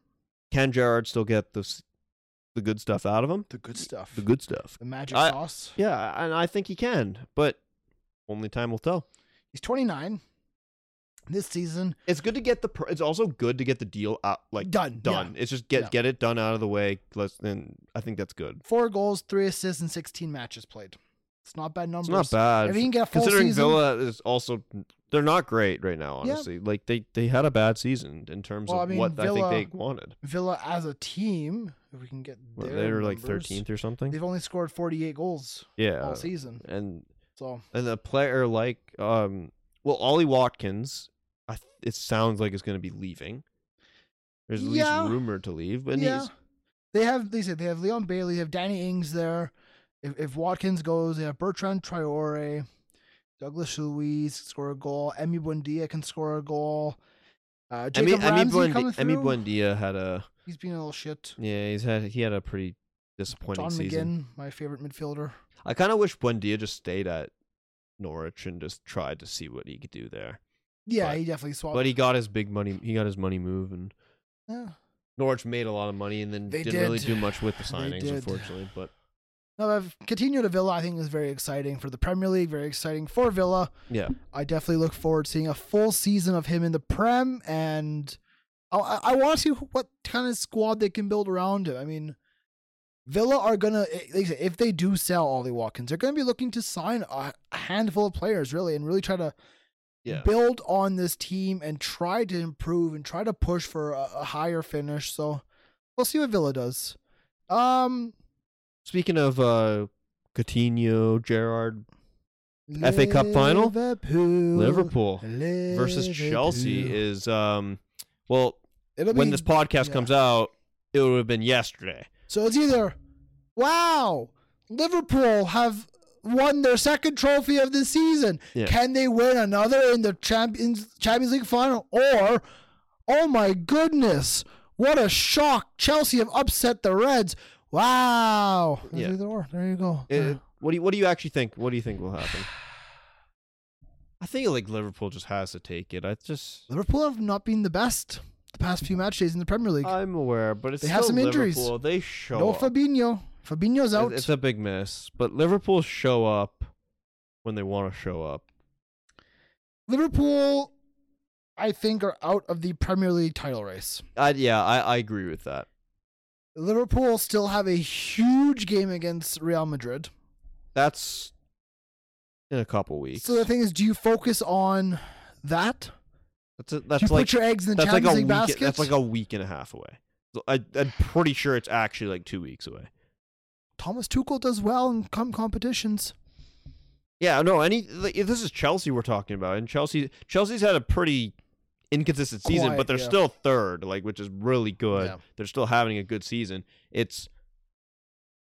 [SPEAKER 2] Can Gerard still get the s- the good stuff out of him?
[SPEAKER 1] The good stuff,
[SPEAKER 2] The good stuff.
[SPEAKER 1] the magic
[SPEAKER 2] I-
[SPEAKER 1] sauce.
[SPEAKER 2] Yeah, and I think he can, but only time will tell.
[SPEAKER 1] He's 29. This season,
[SPEAKER 2] It's good to get the. Pr- it's also good to get the deal out, like
[SPEAKER 1] Done,
[SPEAKER 2] Done.
[SPEAKER 1] yeah.
[SPEAKER 2] It's just get
[SPEAKER 1] Yeah.
[SPEAKER 2] get it done out of the way. Let's. And I think that's good.
[SPEAKER 1] four goals, three assists, and 16 matches played. It's not bad numbers.
[SPEAKER 2] It's not bad.
[SPEAKER 1] If he can get a full
[SPEAKER 2] Considering
[SPEAKER 1] season-
[SPEAKER 2] Villa is also they're not great right now,
[SPEAKER 1] Yeah.
[SPEAKER 2] honestly. Like they they had a bad season in terms
[SPEAKER 1] Well, I
[SPEAKER 2] of
[SPEAKER 1] mean,
[SPEAKER 2] what I
[SPEAKER 1] Villa-
[SPEAKER 2] think they wanted.
[SPEAKER 1] Villa as a team, if we can get
[SPEAKER 2] What,
[SPEAKER 1] their
[SPEAKER 2] they were like
[SPEAKER 1] numbers.
[SPEAKER 2] 13th or something.
[SPEAKER 1] They've only scored 48 goals all
[SPEAKER 2] Yeah,
[SPEAKER 1] season.
[SPEAKER 2] and
[SPEAKER 1] So
[SPEAKER 2] and a player like um, well, Ollie Watkins, I th- it sounds like is going to be leaving. There's at
[SPEAKER 1] Yeah.
[SPEAKER 2] least rumored to leave, but
[SPEAKER 1] Yeah.
[SPEAKER 2] he's
[SPEAKER 1] they have they said they have Leon Bailey, they have Danny Ings there. If if Watkins goes, they have Bertrand Traore, Douglas Luiz can score a goal, Emmy Buendia can score a goal. Uh,
[SPEAKER 2] Emi
[SPEAKER 1] Jacob
[SPEAKER 2] Emi
[SPEAKER 1] Ramsey coming
[SPEAKER 2] Buendi- Emi
[SPEAKER 1] through.
[SPEAKER 2] Buendia had a
[SPEAKER 1] He's been a little shit.
[SPEAKER 2] yeah, he's had he had a pretty disappointing
[SPEAKER 1] John
[SPEAKER 2] season.
[SPEAKER 1] McGinn, my favorite midfielder.
[SPEAKER 2] I kind of wish Buendia just stayed at Norwich and just tried to see what he could do there.
[SPEAKER 1] Yeah,
[SPEAKER 2] But-
[SPEAKER 1] he definitely swapped.
[SPEAKER 2] But he got his big money. He got his money move, and
[SPEAKER 1] Yeah.
[SPEAKER 2] Norwich made a lot of money, and then
[SPEAKER 1] They
[SPEAKER 2] didn't really
[SPEAKER 1] did.
[SPEAKER 2] do much with the
[SPEAKER 1] [laughs] They
[SPEAKER 2] signings,
[SPEAKER 1] did.
[SPEAKER 2] unfortunately. But
[SPEAKER 1] No, I've continued to Villa. I think is very exciting for the Premier League. Very exciting for Villa.
[SPEAKER 2] yeah,
[SPEAKER 1] I definitely look forward to seeing a full season of him in the Prem, and I- I, I want to see what kind of squad they can build around him. I mean, Villa are gonna eh, like I said, if they do sell Ollie Watkins, they're gonna be looking to sign a a handful of players really, and really try to
[SPEAKER 2] yeah,
[SPEAKER 1] build on this team and try to improve and try to push for a, a higher finish. So we'll see what Villa does. Um,
[SPEAKER 2] Speaking of uh Coutinho, Gerard, FA Cup final?
[SPEAKER 1] Liverpool,
[SPEAKER 2] Liverpool versus Chelsea
[SPEAKER 1] Liverpool.
[SPEAKER 2] is um well,
[SPEAKER 1] It'll
[SPEAKER 2] when
[SPEAKER 1] be-
[SPEAKER 2] this podcast
[SPEAKER 1] yeah.
[SPEAKER 2] comes out, it would have been yesterday.
[SPEAKER 1] So it's either, wow, Liverpool have won their second trophy of the season.
[SPEAKER 2] Yeah.
[SPEAKER 1] Can they win another in the Champions Champions League final? Or, oh my goodness, what a shock! Chelsea have upset the Reds. Wow. It's
[SPEAKER 2] Yeah.
[SPEAKER 1] either or. There you go.
[SPEAKER 2] It-
[SPEAKER 1] Yeah.
[SPEAKER 2] what do you what do you actually think? What do you think will happen? I think like Liverpool just has to take it. I just
[SPEAKER 1] Liverpool have not been the best the past few match days in the Premier League.
[SPEAKER 2] I'm aware, but it's
[SPEAKER 1] They have
[SPEAKER 2] still
[SPEAKER 1] some injuries.
[SPEAKER 2] Liverpool. They show
[SPEAKER 1] no
[SPEAKER 2] up.
[SPEAKER 1] Fabinho. Fabinho's
[SPEAKER 2] It-
[SPEAKER 1] out.
[SPEAKER 2] It's a big miss, but Liverpool show up when they want to show up.
[SPEAKER 1] Liverpool, I think, are out of the Premier League title race.
[SPEAKER 2] I, yeah, I, I agree with that.
[SPEAKER 1] Liverpool still have a huge game against Real Madrid.
[SPEAKER 2] That's in a couple weeks.
[SPEAKER 1] So the thing is, do you focus on that?
[SPEAKER 2] that's a,
[SPEAKER 1] do
[SPEAKER 2] that's
[SPEAKER 1] you
[SPEAKER 2] like
[SPEAKER 1] put your eggs in the
[SPEAKER 2] that's like a
[SPEAKER 1] Champions League
[SPEAKER 2] week.
[SPEAKER 1] basket?
[SPEAKER 2] That's like a week and a half away. So I, I'm pretty sure it's actually like two weeks away.
[SPEAKER 1] Thomas Tuchel does well in com- competitions.
[SPEAKER 2] Yeah, no. Any like, if this is Chelsea we're talking about, and Chelsea Chelsea's had a pretty inconsistent season,
[SPEAKER 1] Quiet,
[SPEAKER 2] but they're
[SPEAKER 1] yeah.
[SPEAKER 2] still third, like which is really good.
[SPEAKER 1] Yeah.
[SPEAKER 2] They're still having a good season. It's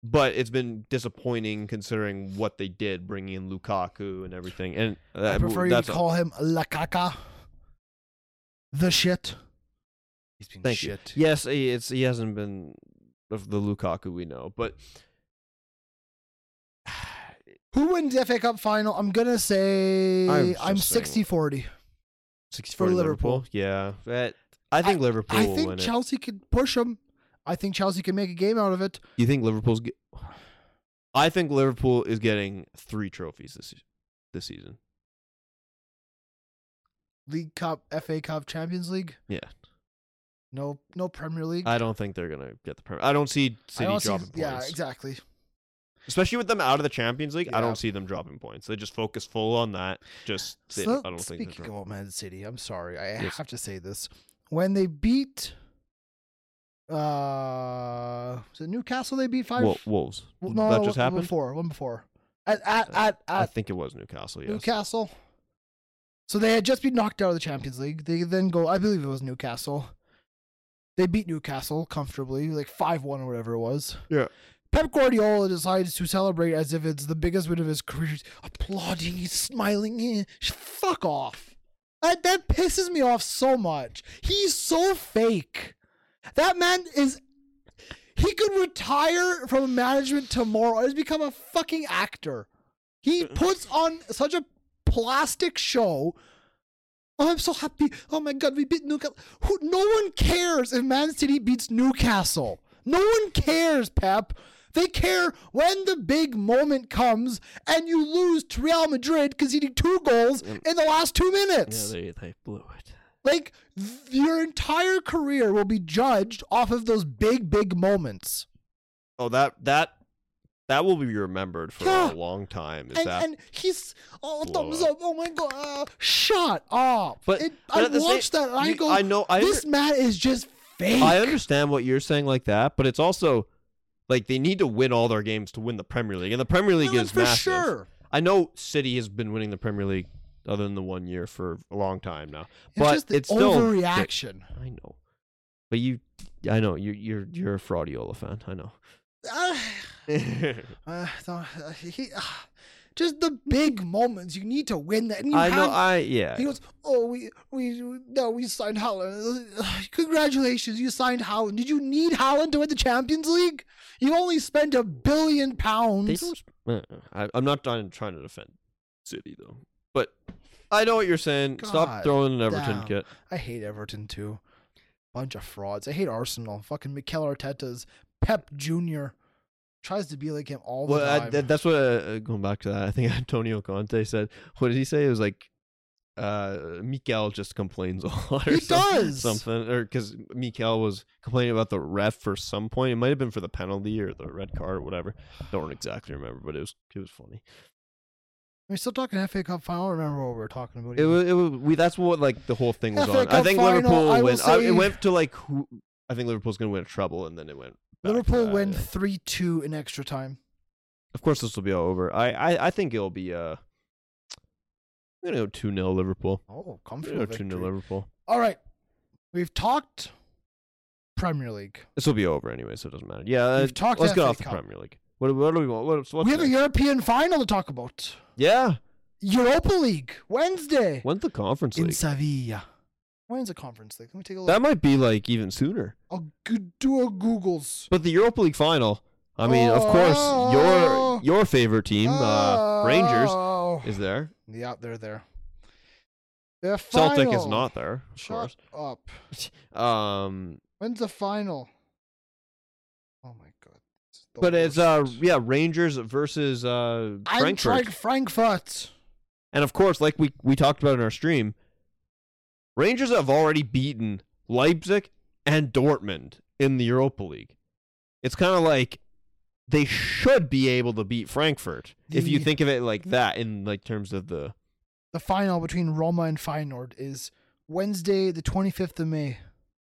[SPEAKER 2] but it's been disappointing considering what they did, bringing in Lukaku and everything. And that,
[SPEAKER 1] I prefer you
[SPEAKER 2] that's
[SPEAKER 1] to
[SPEAKER 2] a-
[SPEAKER 1] call him La Caca. The shit. He's been
[SPEAKER 2] Thank you. Yes, he, it's he hasn't been of the Lukaku we know, but
[SPEAKER 1] Who wins the FA Cup final? I'm going to say
[SPEAKER 2] I was just
[SPEAKER 1] I'm
[SPEAKER 2] saying-
[SPEAKER 1] 60 40.
[SPEAKER 2] 64
[SPEAKER 1] Liverpool.
[SPEAKER 2] Yeah, that I think Liverpool.
[SPEAKER 1] I
[SPEAKER 2] will
[SPEAKER 1] think
[SPEAKER 2] win it.
[SPEAKER 1] Chelsea could push him. I think Chelsea can make a game out of it.
[SPEAKER 2] You think Liverpool's? Get, I think Liverpool is getting three trophies this se- this season.
[SPEAKER 1] League Cup, FA Cup, Champions League.
[SPEAKER 2] Yeah,
[SPEAKER 1] No, no Premier League.
[SPEAKER 2] I don't think they're gonna get the. Prem- I don't see
[SPEAKER 1] I
[SPEAKER 2] City
[SPEAKER 1] don't see-
[SPEAKER 2] dropping
[SPEAKER 1] Yeah,
[SPEAKER 2] points,
[SPEAKER 1] exactly.
[SPEAKER 2] especially with them out of the Champions League. I
[SPEAKER 1] Yeah.
[SPEAKER 2] don't see them dropping points. They just focus full on that. Just sit.
[SPEAKER 1] So,
[SPEAKER 2] I don't think. they're
[SPEAKER 1] speaking
[SPEAKER 2] dropping-
[SPEAKER 1] of Man City, I'm sorry, I
[SPEAKER 2] Yes.
[SPEAKER 1] have to say this. When they beat, uh, was it Newcastle? They beat five.
[SPEAKER 2] Wo- Wolves.
[SPEAKER 1] Well,
[SPEAKER 2] that just
[SPEAKER 1] one
[SPEAKER 2] happened.
[SPEAKER 1] Before one before, at at at,
[SPEAKER 2] I
[SPEAKER 1] at
[SPEAKER 2] think it was Newcastle. Yes.
[SPEAKER 1] Newcastle. So they had just been knocked out of the Champions League. They then go, I believe it was Newcastle. They beat Newcastle comfortably, like five one or whatever it was.
[SPEAKER 2] Yeah.
[SPEAKER 1] Pep Guardiola decides to celebrate as if it's the biggest win of his career. He's applauding, he's smiling. eh, sh- Fuck off. That, that pisses me off so much. He's so fake. That man is. He could retire from management tomorrow. He's become a fucking actor. He puts on such a plastic show. Oh, I'm so happy. Oh my God, we beat Newcastle. Who, no one cares if Man City beats Newcastle. No one cares, Pep. They care when the big moment comes and you lose to Real Madrid conceding two goals in the last two minutes.
[SPEAKER 2] they they blew it.
[SPEAKER 1] like, th- your entire career will be judged off of those big, big moments.
[SPEAKER 2] Oh, that that that will be remembered for
[SPEAKER 1] Yeah.
[SPEAKER 2] a long time. Is
[SPEAKER 1] and,
[SPEAKER 2] that?
[SPEAKER 1] and he's oh
[SPEAKER 2] Blow
[SPEAKER 1] thumbs
[SPEAKER 2] up.
[SPEAKER 1] up. Oh my god! uh, shut up!
[SPEAKER 2] But-
[SPEAKER 1] It-
[SPEAKER 2] but
[SPEAKER 1] I
[SPEAKER 2] at the same-
[SPEAKER 1] watched that. And I
[SPEAKER 2] you-
[SPEAKER 1] go.
[SPEAKER 2] I know- I
[SPEAKER 1] this
[SPEAKER 2] under-
[SPEAKER 1] man is just fake.
[SPEAKER 2] I understand what you're saying like that, but it's also like they need to win all their games to win the Premier League, and the Premier League
[SPEAKER 1] Well,
[SPEAKER 2] is
[SPEAKER 1] for
[SPEAKER 2] massive.
[SPEAKER 1] sure.
[SPEAKER 2] I know City has been winning the Premier League other than the one year for a long time now,
[SPEAKER 1] It's
[SPEAKER 2] but
[SPEAKER 1] just the
[SPEAKER 2] it's still
[SPEAKER 1] overreaction.
[SPEAKER 2] I know, but you, I know you, you're you're a Fraudiola fan.
[SPEAKER 1] [laughs]
[SPEAKER 2] I know.
[SPEAKER 1] Ah, uh, don't- uh, he- ah. just the big moments. You need to win that. And you
[SPEAKER 2] [laughs] I know.
[SPEAKER 1] have-
[SPEAKER 2] I yeah.
[SPEAKER 1] He goes, "Oh, we we no, we signed Holland. [sighs] Congratulations, you signed Holland. Did you need Holland to win the Champions League? You only spent a billion
[SPEAKER 2] They
[SPEAKER 1] pounds.
[SPEAKER 2] don't. uh, I, I'm not trying, trying to defend City though, but I know what you're saying. Stop
[SPEAKER 1] God
[SPEAKER 2] throwing an Everton
[SPEAKER 1] damn.
[SPEAKER 2] kit.
[SPEAKER 1] I hate Everton too. Bunch of frauds. I hate Arsenal. Fucking Mikel Arteta's Pep Junior tries to be like him all the
[SPEAKER 2] Well, I,
[SPEAKER 1] time.
[SPEAKER 2] that- that's what uh, going back to that. I think [laughs] Antonio Conte said. What did he say? It was like, uh, Mikel just complains [laughs] a lot. Or
[SPEAKER 1] He
[SPEAKER 2] some-
[SPEAKER 1] does!
[SPEAKER 2] something, or because Mikel was complaining about the ref for some point. It might have been for the penalty or the red card or whatever. Don't exactly remember, but it was it was funny.
[SPEAKER 1] We're still talking FA Cup final. I don't remember what we were talking about.
[SPEAKER 2] It
[SPEAKER 1] even.
[SPEAKER 2] was, it was we. That's what like the whole thing was
[SPEAKER 1] FA
[SPEAKER 2] on. I
[SPEAKER 1] Cup
[SPEAKER 2] think
[SPEAKER 1] final,
[SPEAKER 2] Liverpool
[SPEAKER 1] I will
[SPEAKER 2] went. I,
[SPEAKER 1] say-
[SPEAKER 2] it went to like who? I think Liverpool's gonna win treble, and then it went. back to
[SPEAKER 1] Liverpool
[SPEAKER 2] that,
[SPEAKER 1] win
[SPEAKER 2] yeah.
[SPEAKER 1] three two in extra time.
[SPEAKER 2] Of course, this will be all over. I I, I think it'll be. Uh, I'm gonna go two 0 Liverpool.
[SPEAKER 1] Oh,
[SPEAKER 2] I'm
[SPEAKER 1] comfortable
[SPEAKER 2] gonna go two 0
[SPEAKER 1] victory.
[SPEAKER 2] Liverpool.
[SPEAKER 1] All right, we've talked Premier League.
[SPEAKER 2] This will be over anyway, so it doesn't matter. Yeah, uh,
[SPEAKER 1] We've talked
[SPEAKER 2] let's get
[SPEAKER 1] FA
[SPEAKER 2] off the
[SPEAKER 1] Cup.
[SPEAKER 2] Premier League. What, what do we want? What, what's
[SPEAKER 1] we have a
[SPEAKER 2] next?
[SPEAKER 1] European final to talk about.
[SPEAKER 2] yeah.
[SPEAKER 1] Europa League Wednesday
[SPEAKER 2] When's the conference
[SPEAKER 1] in
[SPEAKER 2] league?
[SPEAKER 1] Sevilla. When's the conference league? Let me take a look.
[SPEAKER 2] That might be like even sooner.
[SPEAKER 1] I'll g- do a Googles.
[SPEAKER 2] But the Europa League final. I mean, of course, your
[SPEAKER 1] Oh.
[SPEAKER 2] your favorite team, uh, Rangers,
[SPEAKER 1] Oh.
[SPEAKER 2] is there.
[SPEAKER 1] yeah, they're there. The
[SPEAKER 2] Celtic is
[SPEAKER 1] final.
[SPEAKER 2] not there, of
[SPEAKER 1] Shut up.
[SPEAKER 2] course. Um,
[SPEAKER 1] When's the final? Oh my god. This is the
[SPEAKER 2] but it's uh,
[SPEAKER 1] worst.
[SPEAKER 2] yeah, Rangers versus uh,
[SPEAKER 1] Eintracht
[SPEAKER 2] Frankfurt.
[SPEAKER 1] Frankfurt.
[SPEAKER 2] And of course, like we, we talked about in our stream, Rangers have already beaten Leipzig and Dortmund in the Europa League. It's kind of like they should be able to beat Frankfurt if you
[SPEAKER 1] The-
[SPEAKER 2] think of it like that in like terms of the
[SPEAKER 1] The final between Roma and Feyenoord is Wednesday, the 25th of May.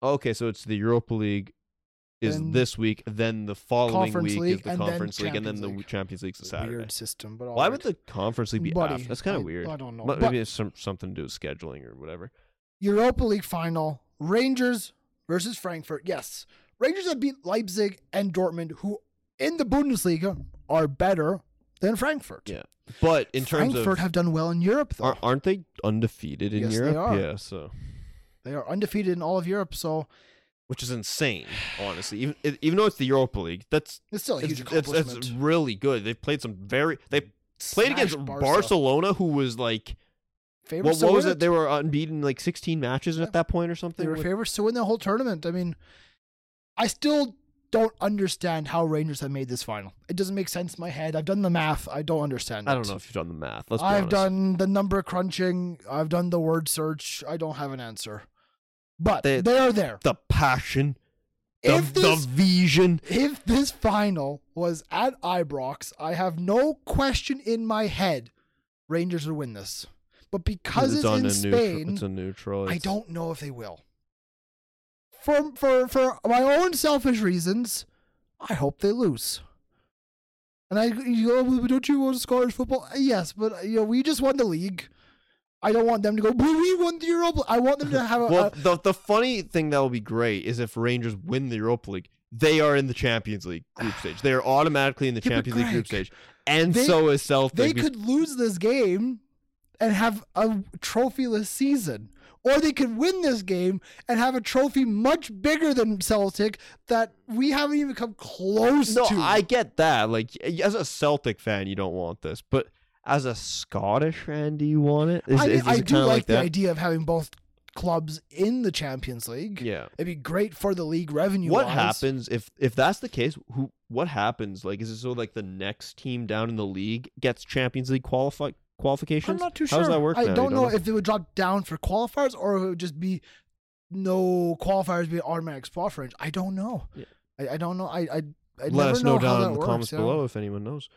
[SPEAKER 2] oh, Okay, so it's the Europa League is
[SPEAKER 1] Then-
[SPEAKER 2] this week, then the following
[SPEAKER 1] Conference
[SPEAKER 2] week
[SPEAKER 1] League,
[SPEAKER 2] is the
[SPEAKER 1] and then
[SPEAKER 2] Conference League and then
[SPEAKER 1] Champions
[SPEAKER 2] the
[SPEAKER 1] League.
[SPEAKER 2] Champions League's the Saturday.
[SPEAKER 1] Weird system, but all
[SPEAKER 2] Why
[SPEAKER 1] right.
[SPEAKER 2] would the Conference League be
[SPEAKER 1] Buddy,
[SPEAKER 2] after? That's kind
[SPEAKER 1] I-
[SPEAKER 2] of weird.
[SPEAKER 1] I don't know,
[SPEAKER 2] Mu-
[SPEAKER 1] but-
[SPEAKER 2] Maybe it's some, something to do with scheduling or whatever.
[SPEAKER 1] Europa League final, Rangers versus Frankfurt. Yes. Rangers have beat Leipzig and Dortmund, who in the Bundesliga are better than Frankfurt.
[SPEAKER 2] Yeah. But in terms
[SPEAKER 1] Frankfurt
[SPEAKER 2] of
[SPEAKER 1] have done well in Europe, though.
[SPEAKER 2] Ar- aren't they undefeated in
[SPEAKER 1] Yes, they
[SPEAKER 2] Europe?
[SPEAKER 1] are.
[SPEAKER 2] Yeah, so
[SPEAKER 1] they are undefeated in all of Europe, so
[SPEAKER 2] which is insane, honestly. Even it- even though it's the Europa League, that's
[SPEAKER 1] it's still a huge
[SPEAKER 2] it's, it's,
[SPEAKER 1] accomplishment.
[SPEAKER 2] it's really good. They've played some very they played
[SPEAKER 1] Smashed
[SPEAKER 2] against
[SPEAKER 1] Barca.
[SPEAKER 2] Barcelona, who was like
[SPEAKER 1] Favorites
[SPEAKER 2] what,
[SPEAKER 1] to
[SPEAKER 2] what was
[SPEAKER 1] win
[SPEAKER 2] it? They were unbeaten like sixteen matches at that point or something.
[SPEAKER 1] They were
[SPEAKER 2] with-
[SPEAKER 1] favorites to win the whole tournament. I mean, I still don't understand how Rangers have made this final. It doesn't make sense in my head. I've done the math. I don't understand.
[SPEAKER 2] I
[SPEAKER 1] it.
[SPEAKER 2] don't know if you've done the math. Let's be
[SPEAKER 1] I've
[SPEAKER 2] honest.
[SPEAKER 1] done the number crunching. I've done the word search. I don't have an answer, but
[SPEAKER 2] They-
[SPEAKER 1] they, are there.
[SPEAKER 2] the passion, the,
[SPEAKER 1] if
[SPEAKER 2] the
[SPEAKER 1] this
[SPEAKER 2] vision.
[SPEAKER 1] if this final was at Ibrox, I have no question in my head Rangers would win this. But because it's,
[SPEAKER 2] on
[SPEAKER 1] in
[SPEAKER 2] a neutral.
[SPEAKER 1] Spain,
[SPEAKER 2] It's a neutral.
[SPEAKER 1] I
[SPEAKER 2] it's-
[SPEAKER 1] don't know if they will. For for for my own selfish reasons, I hope they lose. And I you go, "Well, don't you want to Scottish football? Uh, Yes, but you know we just won the league. I don't want them to go. But we won the Europa. I want them to have a.
[SPEAKER 2] [laughs] Well,
[SPEAKER 1] a-
[SPEAKER 2] the the funny thing that will be great is if Rangers win the Europa League, they are in the Champions League
[SPEAKER 1] [sighs]
[SPEAKER 2] group stage. They are automatically in the
[SPEAKER 1] Yeah, but
[SPEAKER 2] Champions League group
[SPEAKER 1] Greg,
[SPEAKER 2] stage, and
[SPEAKER 1] they-
[SPEAKER 2] so is Celtic.
[SPEAKER 1] they
[SPEAKER 2] because-
[SPEAKER 1] could lose this game, and have a trophyless season, or they could win this game and have a trophy much bigger than Celtic that we haven't even come close
[SPEAKER 2] no,
[SPEAKER 1] to.
[SPEAKER 2] I get that. Like as a Celtic fan, you don't want this, but as a Scottish fan, do you want it? Is,
[SPEAKER 1] I, mean,
[SPEAKER 2] is, is
[SPEAKER 1] I
[SPEAKER 2] it
[SPEAKER 1] do
[SPEAKER 2] kinda
[SPEAKER 1] like,
[SPEAKER 2] like
[SPEAKER 1] the
[SPEAKER 2] that?
[SPEAKER 1] idea of having both clubs in the Champions League.
[SPEAKER 2] Yeah.
[SPEAKER 1] It'd be great for the league revenue.
[SPEAKER 2] what
[SPEAKER 1] wise.
[SPEAKER 2] happens if if that's the case who what happens like is it so like the next team down in the league gets champions league qualify qualifications
[SPEAKER 1] I'm not too
[SPEAKER 2] how
[SPEAKER 1] sure.
[SPEAKER 2] does that work
[SPEAKER 1] I
[SPEAKER 2] now? You
[SPEAKER 1] don't, know, if it would drop down for qualifiers or if it would just be no qualifiers be automatic spot for range. I don't know.
[SPEAKER 2] Yeah.
[SPEAKER 1] I, I don't know. I I, I
[SPEAKER 2] let
[SPEAKER 1] never
[SPEAKER 2] us know,
[SPEAKER 1] know how
[SPEAKER 2] down
[SPEAKER 1] that
[SPEAKER 2] in the
[SPEAKER 1] works,
[SPEAKER 2] comments
[SPEAKER 1] you know?
[SPEAKER 2] below if anyone knows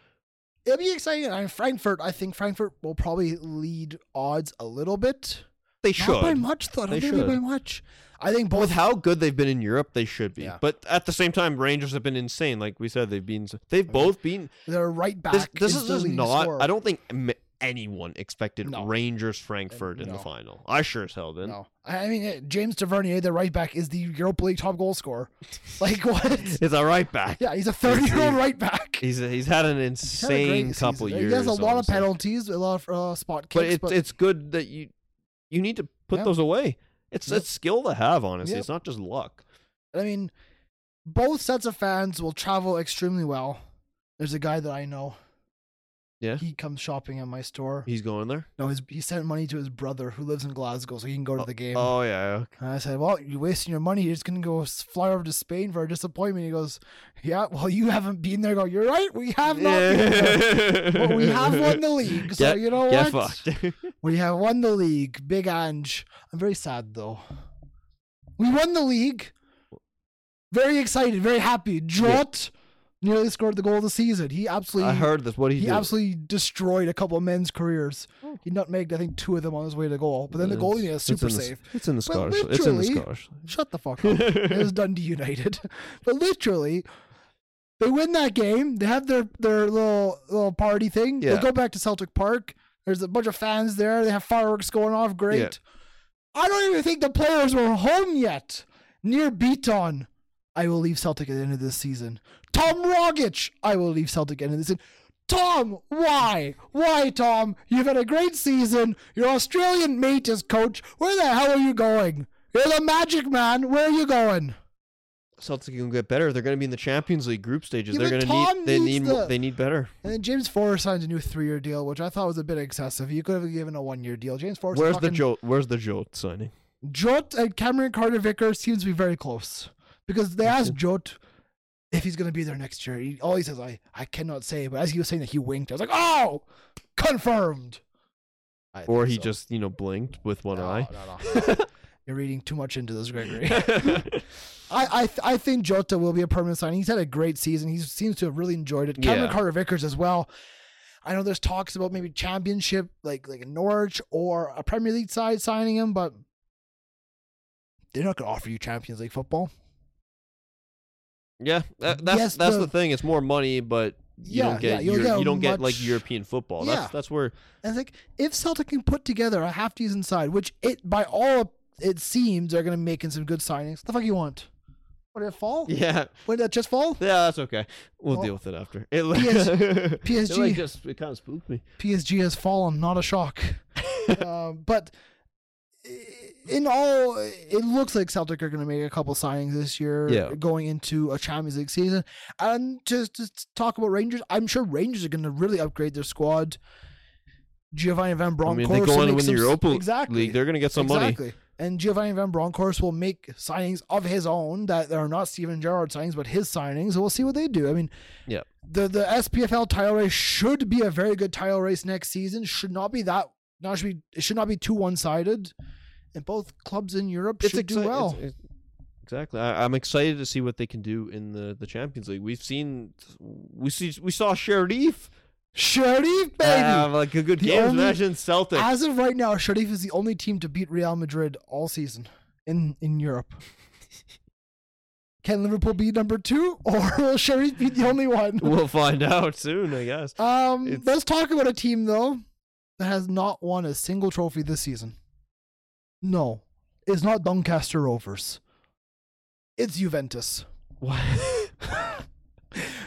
[SPEAKER 1] It'd be exciting. I mean, Frankfurt. I think Frankfurt will probably lead odds a little bit.
[SPEAKER 2] They
[SPEAKER 1] Not by
[SPEAKER 2] should.
[SPEAKER 1] much, though. I don't
[SPEAKER 2] They
[SPEAKER 1] think they by
[SPEAKER 2] should.
[SPEAKER 1] much. I think
[SPEAKER 2] But
[SPEAKER 1] both.
[SPEAKER 2] with how good they've been in Europe, they should be.
[SPEAKER 1] Yeah.
[SPEAKER 2] But at the same time, Rangers have been insane. Like we said, they've been they've both been.
[SPEAKER 1] They're right
[SPEAKER 2] This,
[SPEAKER 1] back.
[SPEAKER 2] this
[SPEAKER 1] is
[SPEAKER 2] is
[SPEAKER 1] the
[SPEAKER 2] just
[SPEAKER 1] leading
[SPEAKER 2] not.
[SPEAKER 1] scorer.
[SPEAKER 2] I don't think m- anyone expected
[SPEAKER 1] No.
[SPEAKER 2] Rangers Frankfurt in
[SPEAKER 1] No.
[SPEAKER 2] the final. I sure as hell didn't.
[SPEAKER 1] No, I I mean eh, James Tavernier, the right back, is the Europa League top goal
[SPEAKER 2] [laughs]
[SPEAKER 1] scorer. Like what?
[SPEAKER 2] It's a right back.
[SPEAKER 1] yeah, he's a thirty-year-old right back.
[SPEAKER 2] He's he's had an
[SPEAKER 1] He's had a great
[SPEAKER 2] insane couple
[SPEAKER 1] season.
[SPEAKER 2] years.
[SPEAKER 1] He has a lot of
[SPEAKER 2] honestly.
[SPEAKER 1] penalties, a lot of uh, spot
[SPEAKER 2] but
[SPEAKER 1] kicks.
[SPEAKER 2] it's it's good that you you need to put
[SPEAKER 1] Yeah.
[SPEAKER 2] those away. It's
[SPEAKER 1] Yep.
[SPEAKER 2] it's skill to have, honestly.
[SPEAKER 1] Yep.
[SPEAKER 2] It's not just luck.
[SPEAKER 1] I mean, both sets of fans will travel extremely well. There's a guy that I know.
[SPEAKER 2] Yeah.
[SPEAKER 1] He comes shopping at my store.
[SPEAKER 2] He's going there.
[SPEAKER 1] No, his, he sent money to his brother who lives in Glasgow, so he can go to the game.
[SPEAKER 2] Oh yeah.
[SPEAKER 1] And I said, "Well, you're wasting your money. You're just gonna go s- fly over to Spain for a disappointment." He goes, "Yeah, well, you haven't been there." I go, you're right. We have not. Been
[SPEAKER 2] [laughs]
[SPEAKER 1] there. But we have won the league, so
[SPEAKER 2] Get-
[SPEAKER 1] you know
[SPEAKER 2] Get
[SPEAKER 1] what?
[SPEAKER 2] fucked. [laughs]
[SPEAKER 1] We have won the league. Big Ange. I'm very sad though. We won the league. Very excited, very happy. Drott nearly scored the goal of the season. He absolutely
[SPEAKER 2] I heard this. What do
[SPEAKER 1] he,
[SPEAKER 2] you do?
[SPEAKER 1] absolutely destroyed a couple of men's careers. He nutmegged, I think, two of them on his way to goal. But then the goalie made a
[SPEAKER 2] It's- it's
[SPEAKER 1] super
[SPEAKER 2] in the-
[SPEAKER 1] save.
[SPEAKER 2] It's in the
[SPEAKER 1] But
[SPEAKER 2] Scottish. It's in the
[SPEAKER 1] literally-
[SPEAKER 2] Scottish.
[SPEAKER 1] Shut the fuck up. it was Dundee United. [laughs] But literally, they win that game. They have their, their little little party thing. They
[SPEAKER 2] Yeah.
[SPEAKER 1] go back to Celtic Park. There's a bunch of fans there. They have fireworks going off. Great. I don't even think the players were home yet. Near Beaton. I will leave Celtic at the end of this season. Tom Rogic. I will leave Celtic at the end of this season. Tom, why? Why, Tom? You've had a great season. Your Australian mate is coach. Where the hell are you going? You're the magic man. Where are you going?
[SPEAKER 2] Celtic can get better. They're going to be in the Champions League group stages.
[SPEAKER 1] Yeah,
[SPEAKER 2] They're
[SPEAKER 1] but
[SPEAKER 2] going to
[SPEAKER 1] Tom
[SPEAKER 2] need. They
[SPEAKER 1] needs
[SPEAKER 2] need. mo-
[SPEAKER 1] the-
[SPEAKER 2] They need better.
[SPEAKER 1] And then James Forrest signed a new three-year deal, which I thought was a bit excessive. You could have given a one-year deal. James Forrest. is
[SPEAKER 2] Where's the
[SPEAKER 1] fucking-
[SPEAKER 2] jolt? Where's the jolt signing?
[SPEAKER 1] Jot and Cameron Carter Vickers seems to be very close because they asked Jot if he's going to be there next year. He, all he says, I, I cannot say, but as he was saying that, he winked. I was like, oh, confirmed. I
[SPEAKER 2] Or
[SPEAKER 1] think
[SPEAKER 2] he
[SPEAKER 1] so.
[SPEAKER 2] just you know blinked with one
[SPEAKER 1] No,
[SPEAKER 2] eye.
[SPEAKER 1] no, no. You're reading too much into this, Gregory. I I, th- I think Jota will be a permanent signing. He's had a great season. He seems to have really enjoyed it. Cameron
[SPEAKER 2] Yeah.
[SPEAKER 1] Carter Vickers as well. I know there's talks about maybe championship, like like a Norwich or a Premier League side signing him, but they're not going to offer you Champions League football.
[SPEAKER 2] [laughs] Yeah, that, that's
[SPEAKER 1] Yes,
[SPEAKER 2] that's
[SPEAKER 1] the-
[SPEAKER 2] the, thing. It's more money, but you
[SPEAKER 1] Yeah,
[SPEAKER 2] don't
[SPEAKER 1] yeah,
[SPEAKER 2] get
[SPEAKER 1] you'll
[SPEAKER 2] Euro-
[SPEAKER 1] get a
[SPEAKER 2] you don't get
[SPEAKER 1] much-
[SPEAKER 2] like European football.
[SPEAKER 1] Yeah.
[SPEAKER 2] That's that's where
[SPEAKER 1] And it's like if Celtic can put together a half decent side, which it by all it seems they're going to make in some good signings. The fuck you want? Would it fall?
[SPEAKER 2] yeah
[SPEAKER 1] Would that just
[SPEAKER 2] [laughs]
[SPEAKER 1] fall?
[SPEAKER 2] yeah that's okay. We'll
[SPEAKER 1] Well,
[SPEAKER 2] deal with it after. It
[SPEAKER 1] PS
[SPEAKER 2] like, [laughs]
[SPEAKER 1] PSG.
[SPEAKER 2] It like just it kind of spooked me.
[SPEAKER 1] PSG has fallen, not a
[SPEAKER 2] [laughs]
[SPEAKER 1] shock. uh, but i- in all, it looks like Celtic are going to make a couple signings this year
[SPEAKER 2] Yeah.
[SPEAKER 1] going into a Champions League season. And just to talk about Rangers, I'm sure Rangers are going to really upgrade their squad. Giovanni Van
[SPEAKER 2] I
[SPEAKER 1] Bronckhorst.
[SPEAKER 2] mean, they
[SPEAKER 1] will
[SPEAKER 2] go on to
[SPEAKER 1] make
[SPEAKER 2] win the
[SPEAKER 1] some s-
[SPEAKER 2] Europa
[SPEAKER 1] exactly.
[SPEAKER 2] League. They're going to get some money.
[SPEAKER 1] exactly. And Giovanni Van Bronckhorst will make signings of his own that are not Steven Gerrard signings, but his signings. So we'll see what they do. I mean,
[SPEAKER 2] Yeah.
[SPEAKER 1] the the SPFL title race should be a very good title race next season. Should not be that. Not should be. It should not be too one sided. And both clubs in Europe should do
[SPEAKER 2] exci-
[SPEAKER 1] well.
[SPEAKER 2] it's- it's- exactly. I, I'm excited to see what they can do in the, the Champions League. We've seen, we see, we saw Sheriff
[SPEAKER 1] Sharif, baby.
[SPEAKER 2] have like Ah, a good
[SPEAKER 1] The
[SPEAKER 2] game.
[SPEAKER 1] only-
[SPEAKER 2] Imagine Celtic.
[SPEAKER 1] As of right now, Sharif is the only team to beat Real Madrid all season in in
[SPEAKER 2] [laughs]
[SPEAKER 1] Europe. Can Liverpool be number two, or will Sharif be the only one?
[SPEAKER 2] [laughs] we'll find out soon,
[SPEAKER 1] [laughs]
[SPEAKER 2] I guess.
[SPEAKER 1] Um,
[SPEAKER 2] It's-
[SPEAKER 1] let's talk about a team though that has not won a single trophy this season. No, it's not Doncaster Rovers. It's
[SPEAKER 2] [laughs]
[SPEAKER 1] Juventus. [laughs]
[SPEAKER 2] What?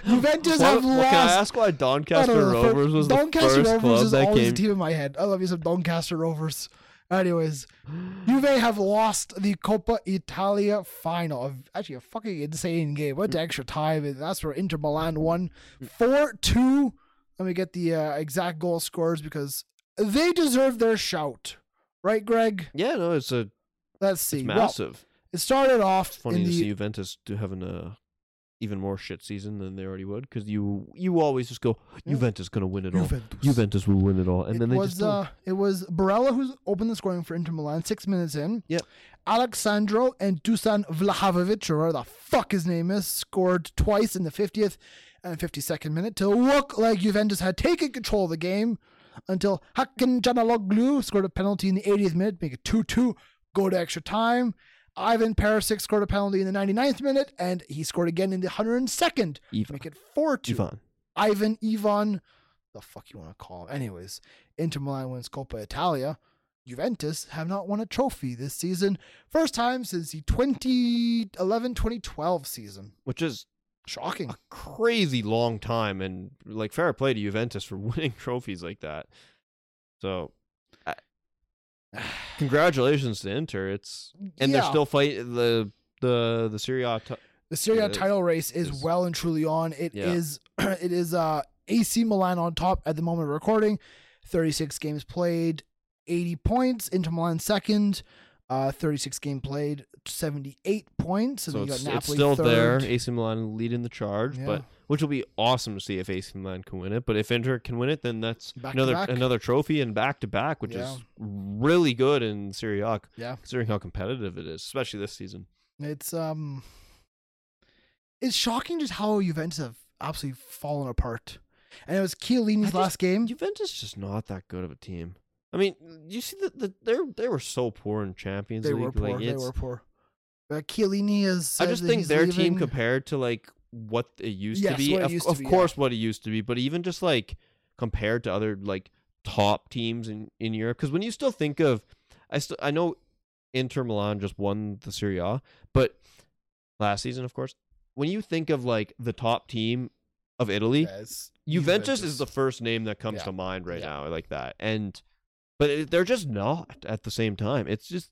[SPEAKER 1] Juventus
[SPEAKER 2] Why-
[SPEAKER 1] have
[SPEAKER 2] well,
[SPEAKER 1] lost.
[SPEAKER 2] Can I ask why
[SPEAKER 1] I don't
[SPEAKER 2] Doncaster
[SPEAKER 1] know, the fir-
[SPEAKER 2] Rovers was
[SPEAKER 1] Doncaster
[SPEAKER 2] the first
[SPEAKER 1] Rovers
[SPEAKER 2] club
[SPEAKER 1] is
[SPEAKER 2] that
[SPEAKER 1] always
[SPEAKER 2] came?
[SPEAKER 1] a team in my head. I love you some Doncaster Rovers.
[SPEAKER 2] [gasps]
[SPEAKER 1] Anyways, Juve have lost the Coppa Italia final. Of actually a fucking insane game. Went to extra time, and that's where Inter Milan won four two. Let me get the uh, exact goal scores because they deserve their shout, right, Greg?
[SPEAKER 2] yeah, no, it's a
[SPEAKER 1] Let's
[SPEAKER 2] it's
[SPEAKER 1] see. Well,
[SPEAKER 2] massive.
[SPEAKER 1] it started off
[SPEAKER 2] it's funny
[SPEAKER 1] in
[SPEAKER 2] to
[SPEAKER 1] the
[SPEAKER 2] see Juventus do having a even more shit season than they already would because you you always just go
[SPEAKER 1] Yeah.
[SPEAKER 2] Juventus gonna win it
[SPEAKER 1] Juventus.
[SPEAKER 2] all. Juventus will win it all, and
[SPEAKER 1] it
[SPEAKER 2] then they
[SPEAKER 1] was
[SPEAKER 2] just don't.
[SPEAKER 1] uh, it was Barella who opened the scoring for Inter Milan six minutes in.
[SPEAKER 2] Yep.
[SPEAKER 1] Alexandro and Dusan Vlahovic, or whatever the fuck his name is, scored twice in the 50th and 52nd minute to look like Juventus had taken control of the game. until Hakan Canaloglu scored a penalty in the 80th minute, make it 2 2, go to extra time. Ivan Perisic scored a penalty in the 99th minute, and he scored again in the 102nd,
[SPEAKER 2] [laughs] Ivan.
[SPEAKER 1] make it 4 2.
[SPEAKER 2] Ivan.
[SPEAKER 1] Ivan Ivan, the fuck you want to call him. Anyways, Inter Milan wins Coppa Italia. Juventus have not won a trophy this season. First time since the 2011 2012 season.
[SPEAKER 2] Which is
[SPEAKER 1] Shocking.
[SPEAKER 2] a crazy long time and like fair play to Juventus for [laughs] winning trophies like that. So [sighs] I- congratulations to Inter. It's and
[SPEAKER 1] Yeah.
[SPEAKER 2] they're still fighting the the the Serie A t-
[SPEAKER 1] The Serie A
[SPEAKER 2] It
[SPEAKER 1] title race is
[SPEAKER 2] is-
[SPEAKER 1] well and truly on. It
[SPEAKER 2] Yeah.
[SPEAKER 1] is, [clears throat] it is uh AC Milan on top at the moment of recording. 36 games played, 80 points. Inter Milan second, uh 36 game played, 78 points. And
[SPEAKER 2] so
[SPEAKER 1] then you
[SPEAKER 2] it's,
[SPEAKER 1] got
[SPEAKER 2] it's
[SPEAKER 1] Napoli
[SPEAKER 2] still there.
[SPEAKER 1] third.
[SPEAKER 2] AC Milan leading the charge,
[SPEAKER 1] Yeah.
[SPEAKER 2] but which will be awesome to see if AC Milan can win it. But if Inter can win it, then that's
[SPEAKER 1] Back to
[SPEAKER 2] another
[SPEAKER 1] back.
[SPEAKER 2] another trophy and back to back, which
[SPEAKER 1] Yeah.
[SPEAKER 2] is really good in Serie A
[SPEAKER 1] Yeah.
[SPEAKER 2] considering how competitive it is, especially this season.
[SPEAKER 1] It's um it's shocking just how Juventus have absolutely fallen apart. And it was
[SPEAKER 2] I
[SPEAKER 1] Chiellini's
[SPEAKER 2] just-
[SPEAKER 1] last game.
[SPEAKER 2] Juventus is just not that good of a team. I mean, you see that the, they they were so poor in Champions
[SPEAKER 1] They
[SPEAKER 2] League.
[SPEAKER 1] were poor.
[SPEAKER 2] Like,
[SPEAKER 1] they
[SPEAKER 2] it's-
[SPEAKER 1] were poor. But Chiellini is
[SPEAKER 2] I just think their team compared to like what it used
[SPEAKER 1] Yes,
[SPEAKER 2] to be.
[SPEAKER 1] what it
[SPEAKER 2] Of,
[SPEAKER 1] used to
[SPEAKER 2] of
[SPEAKER 1] be, yeah.
[SPEAKER 2] course, what it used to be, but even just like compared to other like top teams in in Europe, because when you still think of, I still I know Inter Milan just won the Serie A, but last season, of course, when you think of like the top team of Italy, Juventus, is the first name that comes
[SPEAKER 1] Yeah.
[SPEAKER 2] to mind right
[SPEAKER 1] Yeah.
[SPEAKER 2] now, like that. And but it, they're just not at the same time. It's just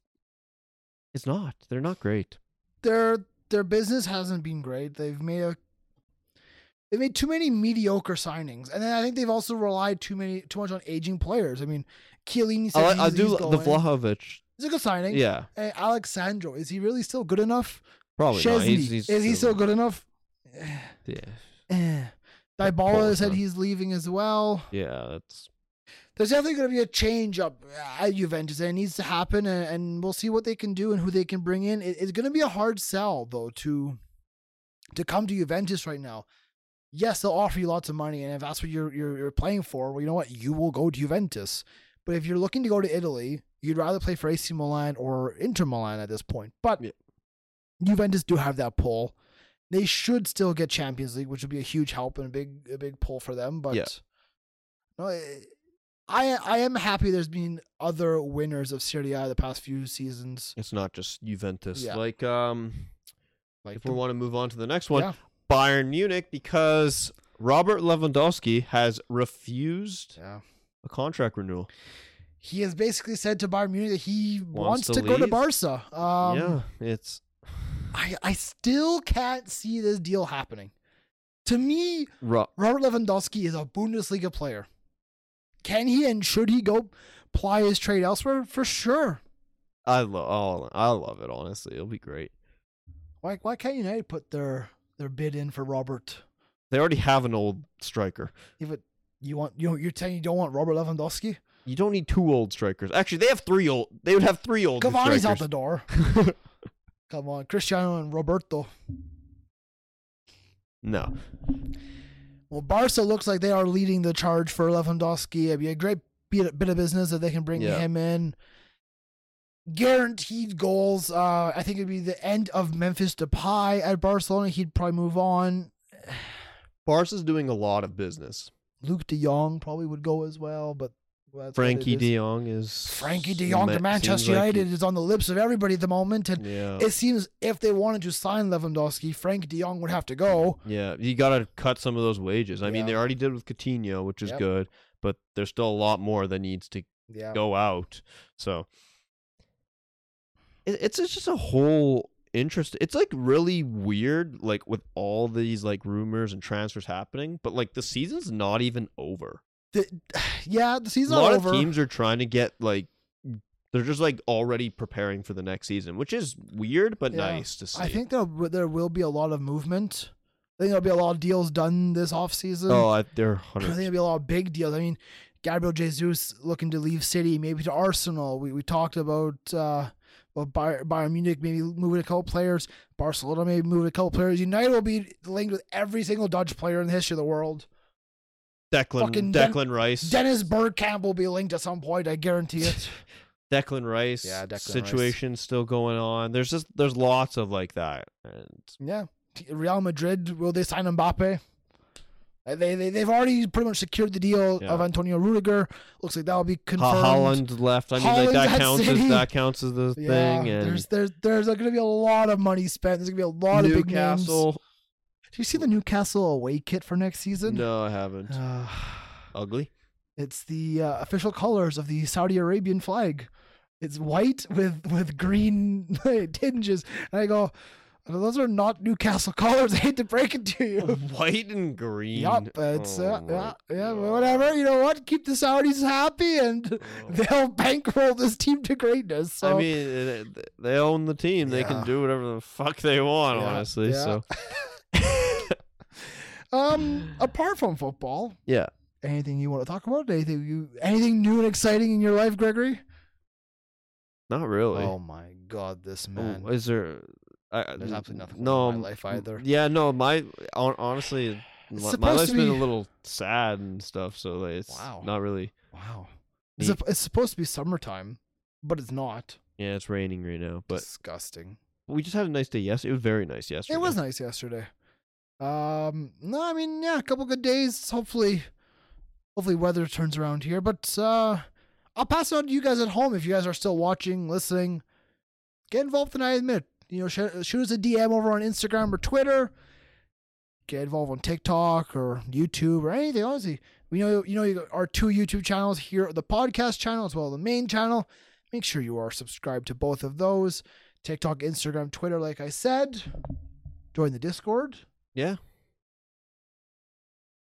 [SPEAKER 2] it's not. They're not great.
[SPEAKER 1] their their business hasn't been great. They've made a they've made too many mediocre signings. And then I think they've also relied too many too much on aging players. I mean Chiellini said
[SPEAKER 2] I, li-
[SPEAKER 1] he's,
[SPEAKER 2] I do
[SPEAKER 1] he's
[SPEAKER 2] li- the
[SPEAKER 1] going.
[SPEAKER 2] Vlahovic.
[SPEAKER 1] It's a good signing.
[SPEAKER 2] Yeah,
[SPEAKER 1] And Alexandro, is he really still good enough?
[SPEAKER 2] probably not.
[SPEAKER 1] Chesney,
[SPEAKER 2] He's, he's
[SPEAKER 1] is he still good enough?
[SPEAKER 2] Yeah,
[SPEAKER 1] Eh.
[SPEAKER 2] That
[SPEAKER 1] Dybala
[SPEAKER 2] Polish
[SPEAKER 1] said
[SPEAKER 2] man.
[SPEAKER 1] he's leaving as well.
[SPEAKER 2] yeah. That's
[SPEAKER 1] There's definitely going to be a change up at Juventus, and it needs to happen. And, and we'll see what they can do and who they can bring in. It- it's going to be a hard sell, though, to to come to Juventus right now. Yes, they'll offer you lots of money, and if that's what you're you're, you're playing for, well, you know what, you will go to Juventus. But if you're looking to go to Italy, you'd rather play for AC Milan or Inter Milan at this point. But
[SPEAKER 2] Yeah.
[SPEAKER 1] Juventus do have that pull. They should still get Champions League, which would be a huge help and a big a big pull for them. But
[SPEAKER 2] Yeah.
[SPEAKER 1] no, it- I I am happy there's been other winners of Serie A the past few seasons.
[SPEAKER 2] it's not just Juventus.
[SPEAKER 1] Yeah.
[SPEAKER 2] Like um,
[SPEAKER 1] Like
[SPEAKER 2] if we want to move on to the next one,
[SPEAKER 1] Yeah.
[SPEAKER 2] Bayern Munich, because Robert Lewandowski has refused
[SPEAKER 1] yeah.
[SPEAKER 2] a contract renewal.
[SPEAKER 1] He has basically said to Bayern Munich that he wants,
[SPEAKER 2] Wants
[SPEAKER 1] to,
[SPEAKER 2] to
[SPEAKER 1] go to
[SPEAKER 2] leave?
[SPEAKER 1] Barca. Um,
[SPEAKER 2] yeah, it's
[SPEAKER 1] I, I still can't see this deal happening. To me,
[SPEAKER 2] Ro-
[SPEAKER 1] Robert Lewandowski is a Bundesliga player. Can he and should he go ply his trade elsewhere? For sure.
[SPEAKER 2] I love. Oh, I love it. Honestly, it'll be great.
[SPEAKER 1] Why why can't United put their their bid in for Robert?
[SPEAKER 2] They already have an old striker.
[SPEAKER 1] If it, you want you you're saying you don't want Robert Lewandowski?
[SPEAKER 2] You don't need two old strikers. Actually, they have three old. They would have three old
[SPEAKER 1] Cavani's out the
[SPEAKER 2] strikers.
[SPEAKER 1] door. Come on, Cristiano and Roberto.
[SPEAKER 2] no,
[SPEAKER 1] Well, Barca looks like they are leading the charge for Lewandowski. It'd be a great bit bit of business that they can bring
[SPEAKER 2] Yeah.
[SPEAKER 1] him in. Guaranteed goals. Uh, I think it'd be the end of Memphis Depay at Barcelona. He'd probably move on.
[SPEAKER 2] Barca's doing a lot of business.
[SPEAKER 1] Luke de Jong probably would go as well, but well, that's what it
[SPEAKER 2] Frankie
[SPEAKER 1] is.
[SPEAKER 2] De Jong is
[SPEAKER 1] Frankie de Jong
[SPEAKER 2] ma-
[SPEAKER 1] to
[SPEAKER 2] seems
[SPEAKER 1] Manchester
[SPEAKER 2] like he-
[SPEAKER 1] United is on the lips of everybody at the moment, and
[SPEAKER 2] yeah,
[SPEAKER 1] it seems if they wanted to sign Lewandowski, Frankie de Jong would have to go.
[SPEAKER 2] yeah. You gotta cut some of those wages. I mean,
[SPEAKER 1] Yeah.
[SPEAKER 2] they already did with Coutinho, which is
[SPEAKER 1] Yep.
[SPEAKER 2] good, but there's still a lot more that needs to
[SPEAKER 1] Yeah,
[SPEAKER 2] go out. So it, it's just a whole interest. It's like really weird, like with all these like rumors and transfers happening, but like the season's not even over.
[SPEAKER 1] The- yeah, the
[SPEAKER 2] a
[SPEAKER 1] season's
[SPEAKER 2] lot
[SPEAKER 1] not
[SPEAKER 2] of
[SPEAKER 1] over.
[SPEAKER 2] teams are trying to get like they're just like already preparing for the next season, which is weird but
[SPEAKER 1] Yeah.
[SPEAKER 2] nice to see.
[SPEAKER 1] I think there there will be a lot of movement. I think there'll be a lot of deals done this offseason.
[SPEAKER 2] oh, I, they're
[SPEAKER 1] I think
[SPEAKER 2] 100
[SPEAKER 1] there'll be a lot of big deals. I mean, Gabriel Jesus looking to leave City, maybe to Arsenal. We we talked about uh about Bayern, Bayern Munich maybe moving a couple players. Barcelona maybe moving a couple players. United will be linked with every single Dutch player in the history of the world.
[SPEAKER 2] Declan
[SPEAKER 1] Fucking Den-
[SPEAKER 2] Declan Rice.
[SPEAKER 1] Dennis Bergkamp will be linked at some point. I guarantee it.
[SPEAKER 2] [laughs] Declan Rice
[SPEAKER 1] Yeah, Declan Rice.
[SPEAKER 2] situation still going on. There's just there's lots of like that. And
[SPEAKER 1] yeah, T- Real Madrid will they sign Mbappe? Uh, They they they've already pretty much secured the deal
[SPEAKER 2] Yeah.
[SPEAKER 1] of Antonio Rudiger. Looks like that will be confirmed.
[SPEAKER 2] Ha- Holland left. I mean like
[SPEAKER 1] Haaland's
[SPEAKER 2] that
[SPEAKER 1] at
[SPEAKER 2] counts
[SPEAKER 1] City.
[SPEAKER 2] as that counts as the
[SPEAKER 1] Yeah,
[SPEAKER 2] thing and
[SPEAKER 1] there's there's there's going to be a lot of money spent. There's going to be a lot of big names. Do
[SPEAKER 2] Newcastle.
[SPEAKER 1] you see the Newcastle away kit for next season?
[SPEAKER 2] No, I haven't.
[SPEAKER 1] Uh, [laughs]
[SPEAKER 2] Ugly.
[SPEAKER 1] [sighs] it's the uh, official colors of the Saudi Arabian flag. It's white with with green [laughs] tinges, and I go, those are not Newcastle [laughs] colors. I hate to break it to you.
[SPEAKER 2] White and green.
[SPEAKER 1] Yup, it's
[SPEAKER 2] Oh
[SPEAKER 1] uh,
[SPEAKER 2] my
[SPEAKER 1] yeah, yeah,
[SPEAKER 2] God.
[SPEAKER 1] but whatever. You know what? Keep the Saudis happy, and [laughs] they'll bankroll this team to greatness. So.
[SPEAKER 2] I mean, it- it- they own the team. They
[SPEAKER 1] Yeah.
[SPEAKER 2] can do whatever the fuck they want,
[SPEAKER 1] Yeah,
[SPEAKER 2] honestly.
[SPEAKER 1] yeah.
[SPEAKER 2] So,
[SPEAKER 1] [laughs] um, apart from football,
[SPEAKER 2] yeah.
[SPEAKER 1] anything you want to talk about? Anything you, anything new and exciting in your life, Gregory?
[SPEAKER 2] Not really.
[SPEAKER 1] Oh my God, this
[SPEAKER 2] Oh, is there? I,
[SPEAKER 1] There's
[SPEAKER 2] n-
[SPEAKER 1] absolutely nothing going
[SPEAKER 2] no,
[SPEAKER 1] on in my life
[SPEAKER 2] m-
[SPEAKER 1] either.
[SPEAKER 2] Yeah, no, my hon- honestly,
[SPEAKER 1] It's
[SPEAKER 2] li- my
[SPEAKER 1] supposed
[SPEAKER 2] life's
[SPEAKER 1] to
[SPEAKER 2] been a
[SPEAKER 1] be-
[SPEAKER 2] little sad and stuff. So like, it's
[SPEAKER 1] Wow.
[SPEAKER 2] not really.
[SPEAKER 1] Wow, it's, sup- it's supposed to be summertime, but it's not.
[SPEAKER 2] Yeah, it's raining right now, but
[SPEAKER 1] Disgusting.
[SPEAKER 2] we just had a nice day yesterday. It was very nice yesterday.
[SPEAKER 1] It was nice yesterday. Um, no, I mean, yeah, a couple good days. Hopefully, hopefully weather turns around here. But uh, I'll pass it on to you guys at home if you guys are still watching, listening. Get involved tonight. I admit, you know, sh- shoot us a DM over on Instagram or Twitter. Get involved on TikTok or YouTube or anything. Honestly, we know you know you got our two YouTube channels here, the podcast channel as well as the main channel. Make sure you are subscribed to both of those. TikTok, Instagram, Twitter, like I said. Join the Discord,
[SPEAKER 2] Yeah,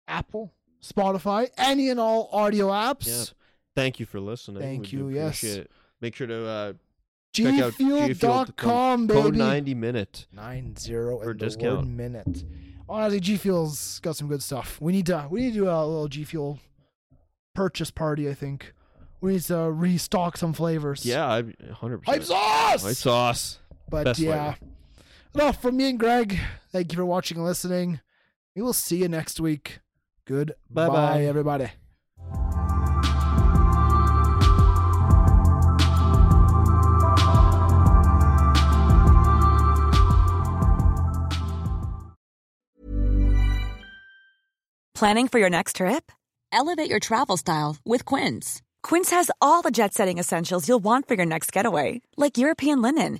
[SPEAKER 1] Apple, Spotify, any and all audio apps.
[SPEAKER 2] thank you for listening.
[SPEAKER 1] Thank
[SPEAKER 2] We do
[SPEAKER 1] you, yes.
[SPEAKER 2] appreciate it. Make sure to uh, Check out
[SPEAKER 1] GFuel.com,
[SPEAKER 2] code
[SPEAKER 1] baby.
[SPEAKER 2] ninety minute.
[SPEAKER 1] Nine zero
[SPEAKER 2] For
[SPEAKER 1] and the
[SPEAKER 2] discount.
[SPEAKER 1] word minute. Honestly, G Fuel's got some good stuff. We need to we need to do a little G Fuel purchase party. I think we need to restock some flavors.
[SPEAKER 2] Yeah, I hundred
[SPEAKER 1] hype
[SPEAKER 2] percent.
[SPEAKER 1] sauce.
[SPEAKER 2] Hype sauce.
[SPEAKER 1] But
[SPEAKER 2] Best
[SPEAKER 1] yeah, enough from me and Greg. Thank you for watching and listening. We will see you next week. Good
[SPEAKER 2] Bye-bye.
[SPEAKER 1] bye, everybody.
[SPEAKER 3] Planning for your next trip? Elevate your travel style with Quince. Quince has all the jet setting essentials you'll want for your next getaway, like European linen,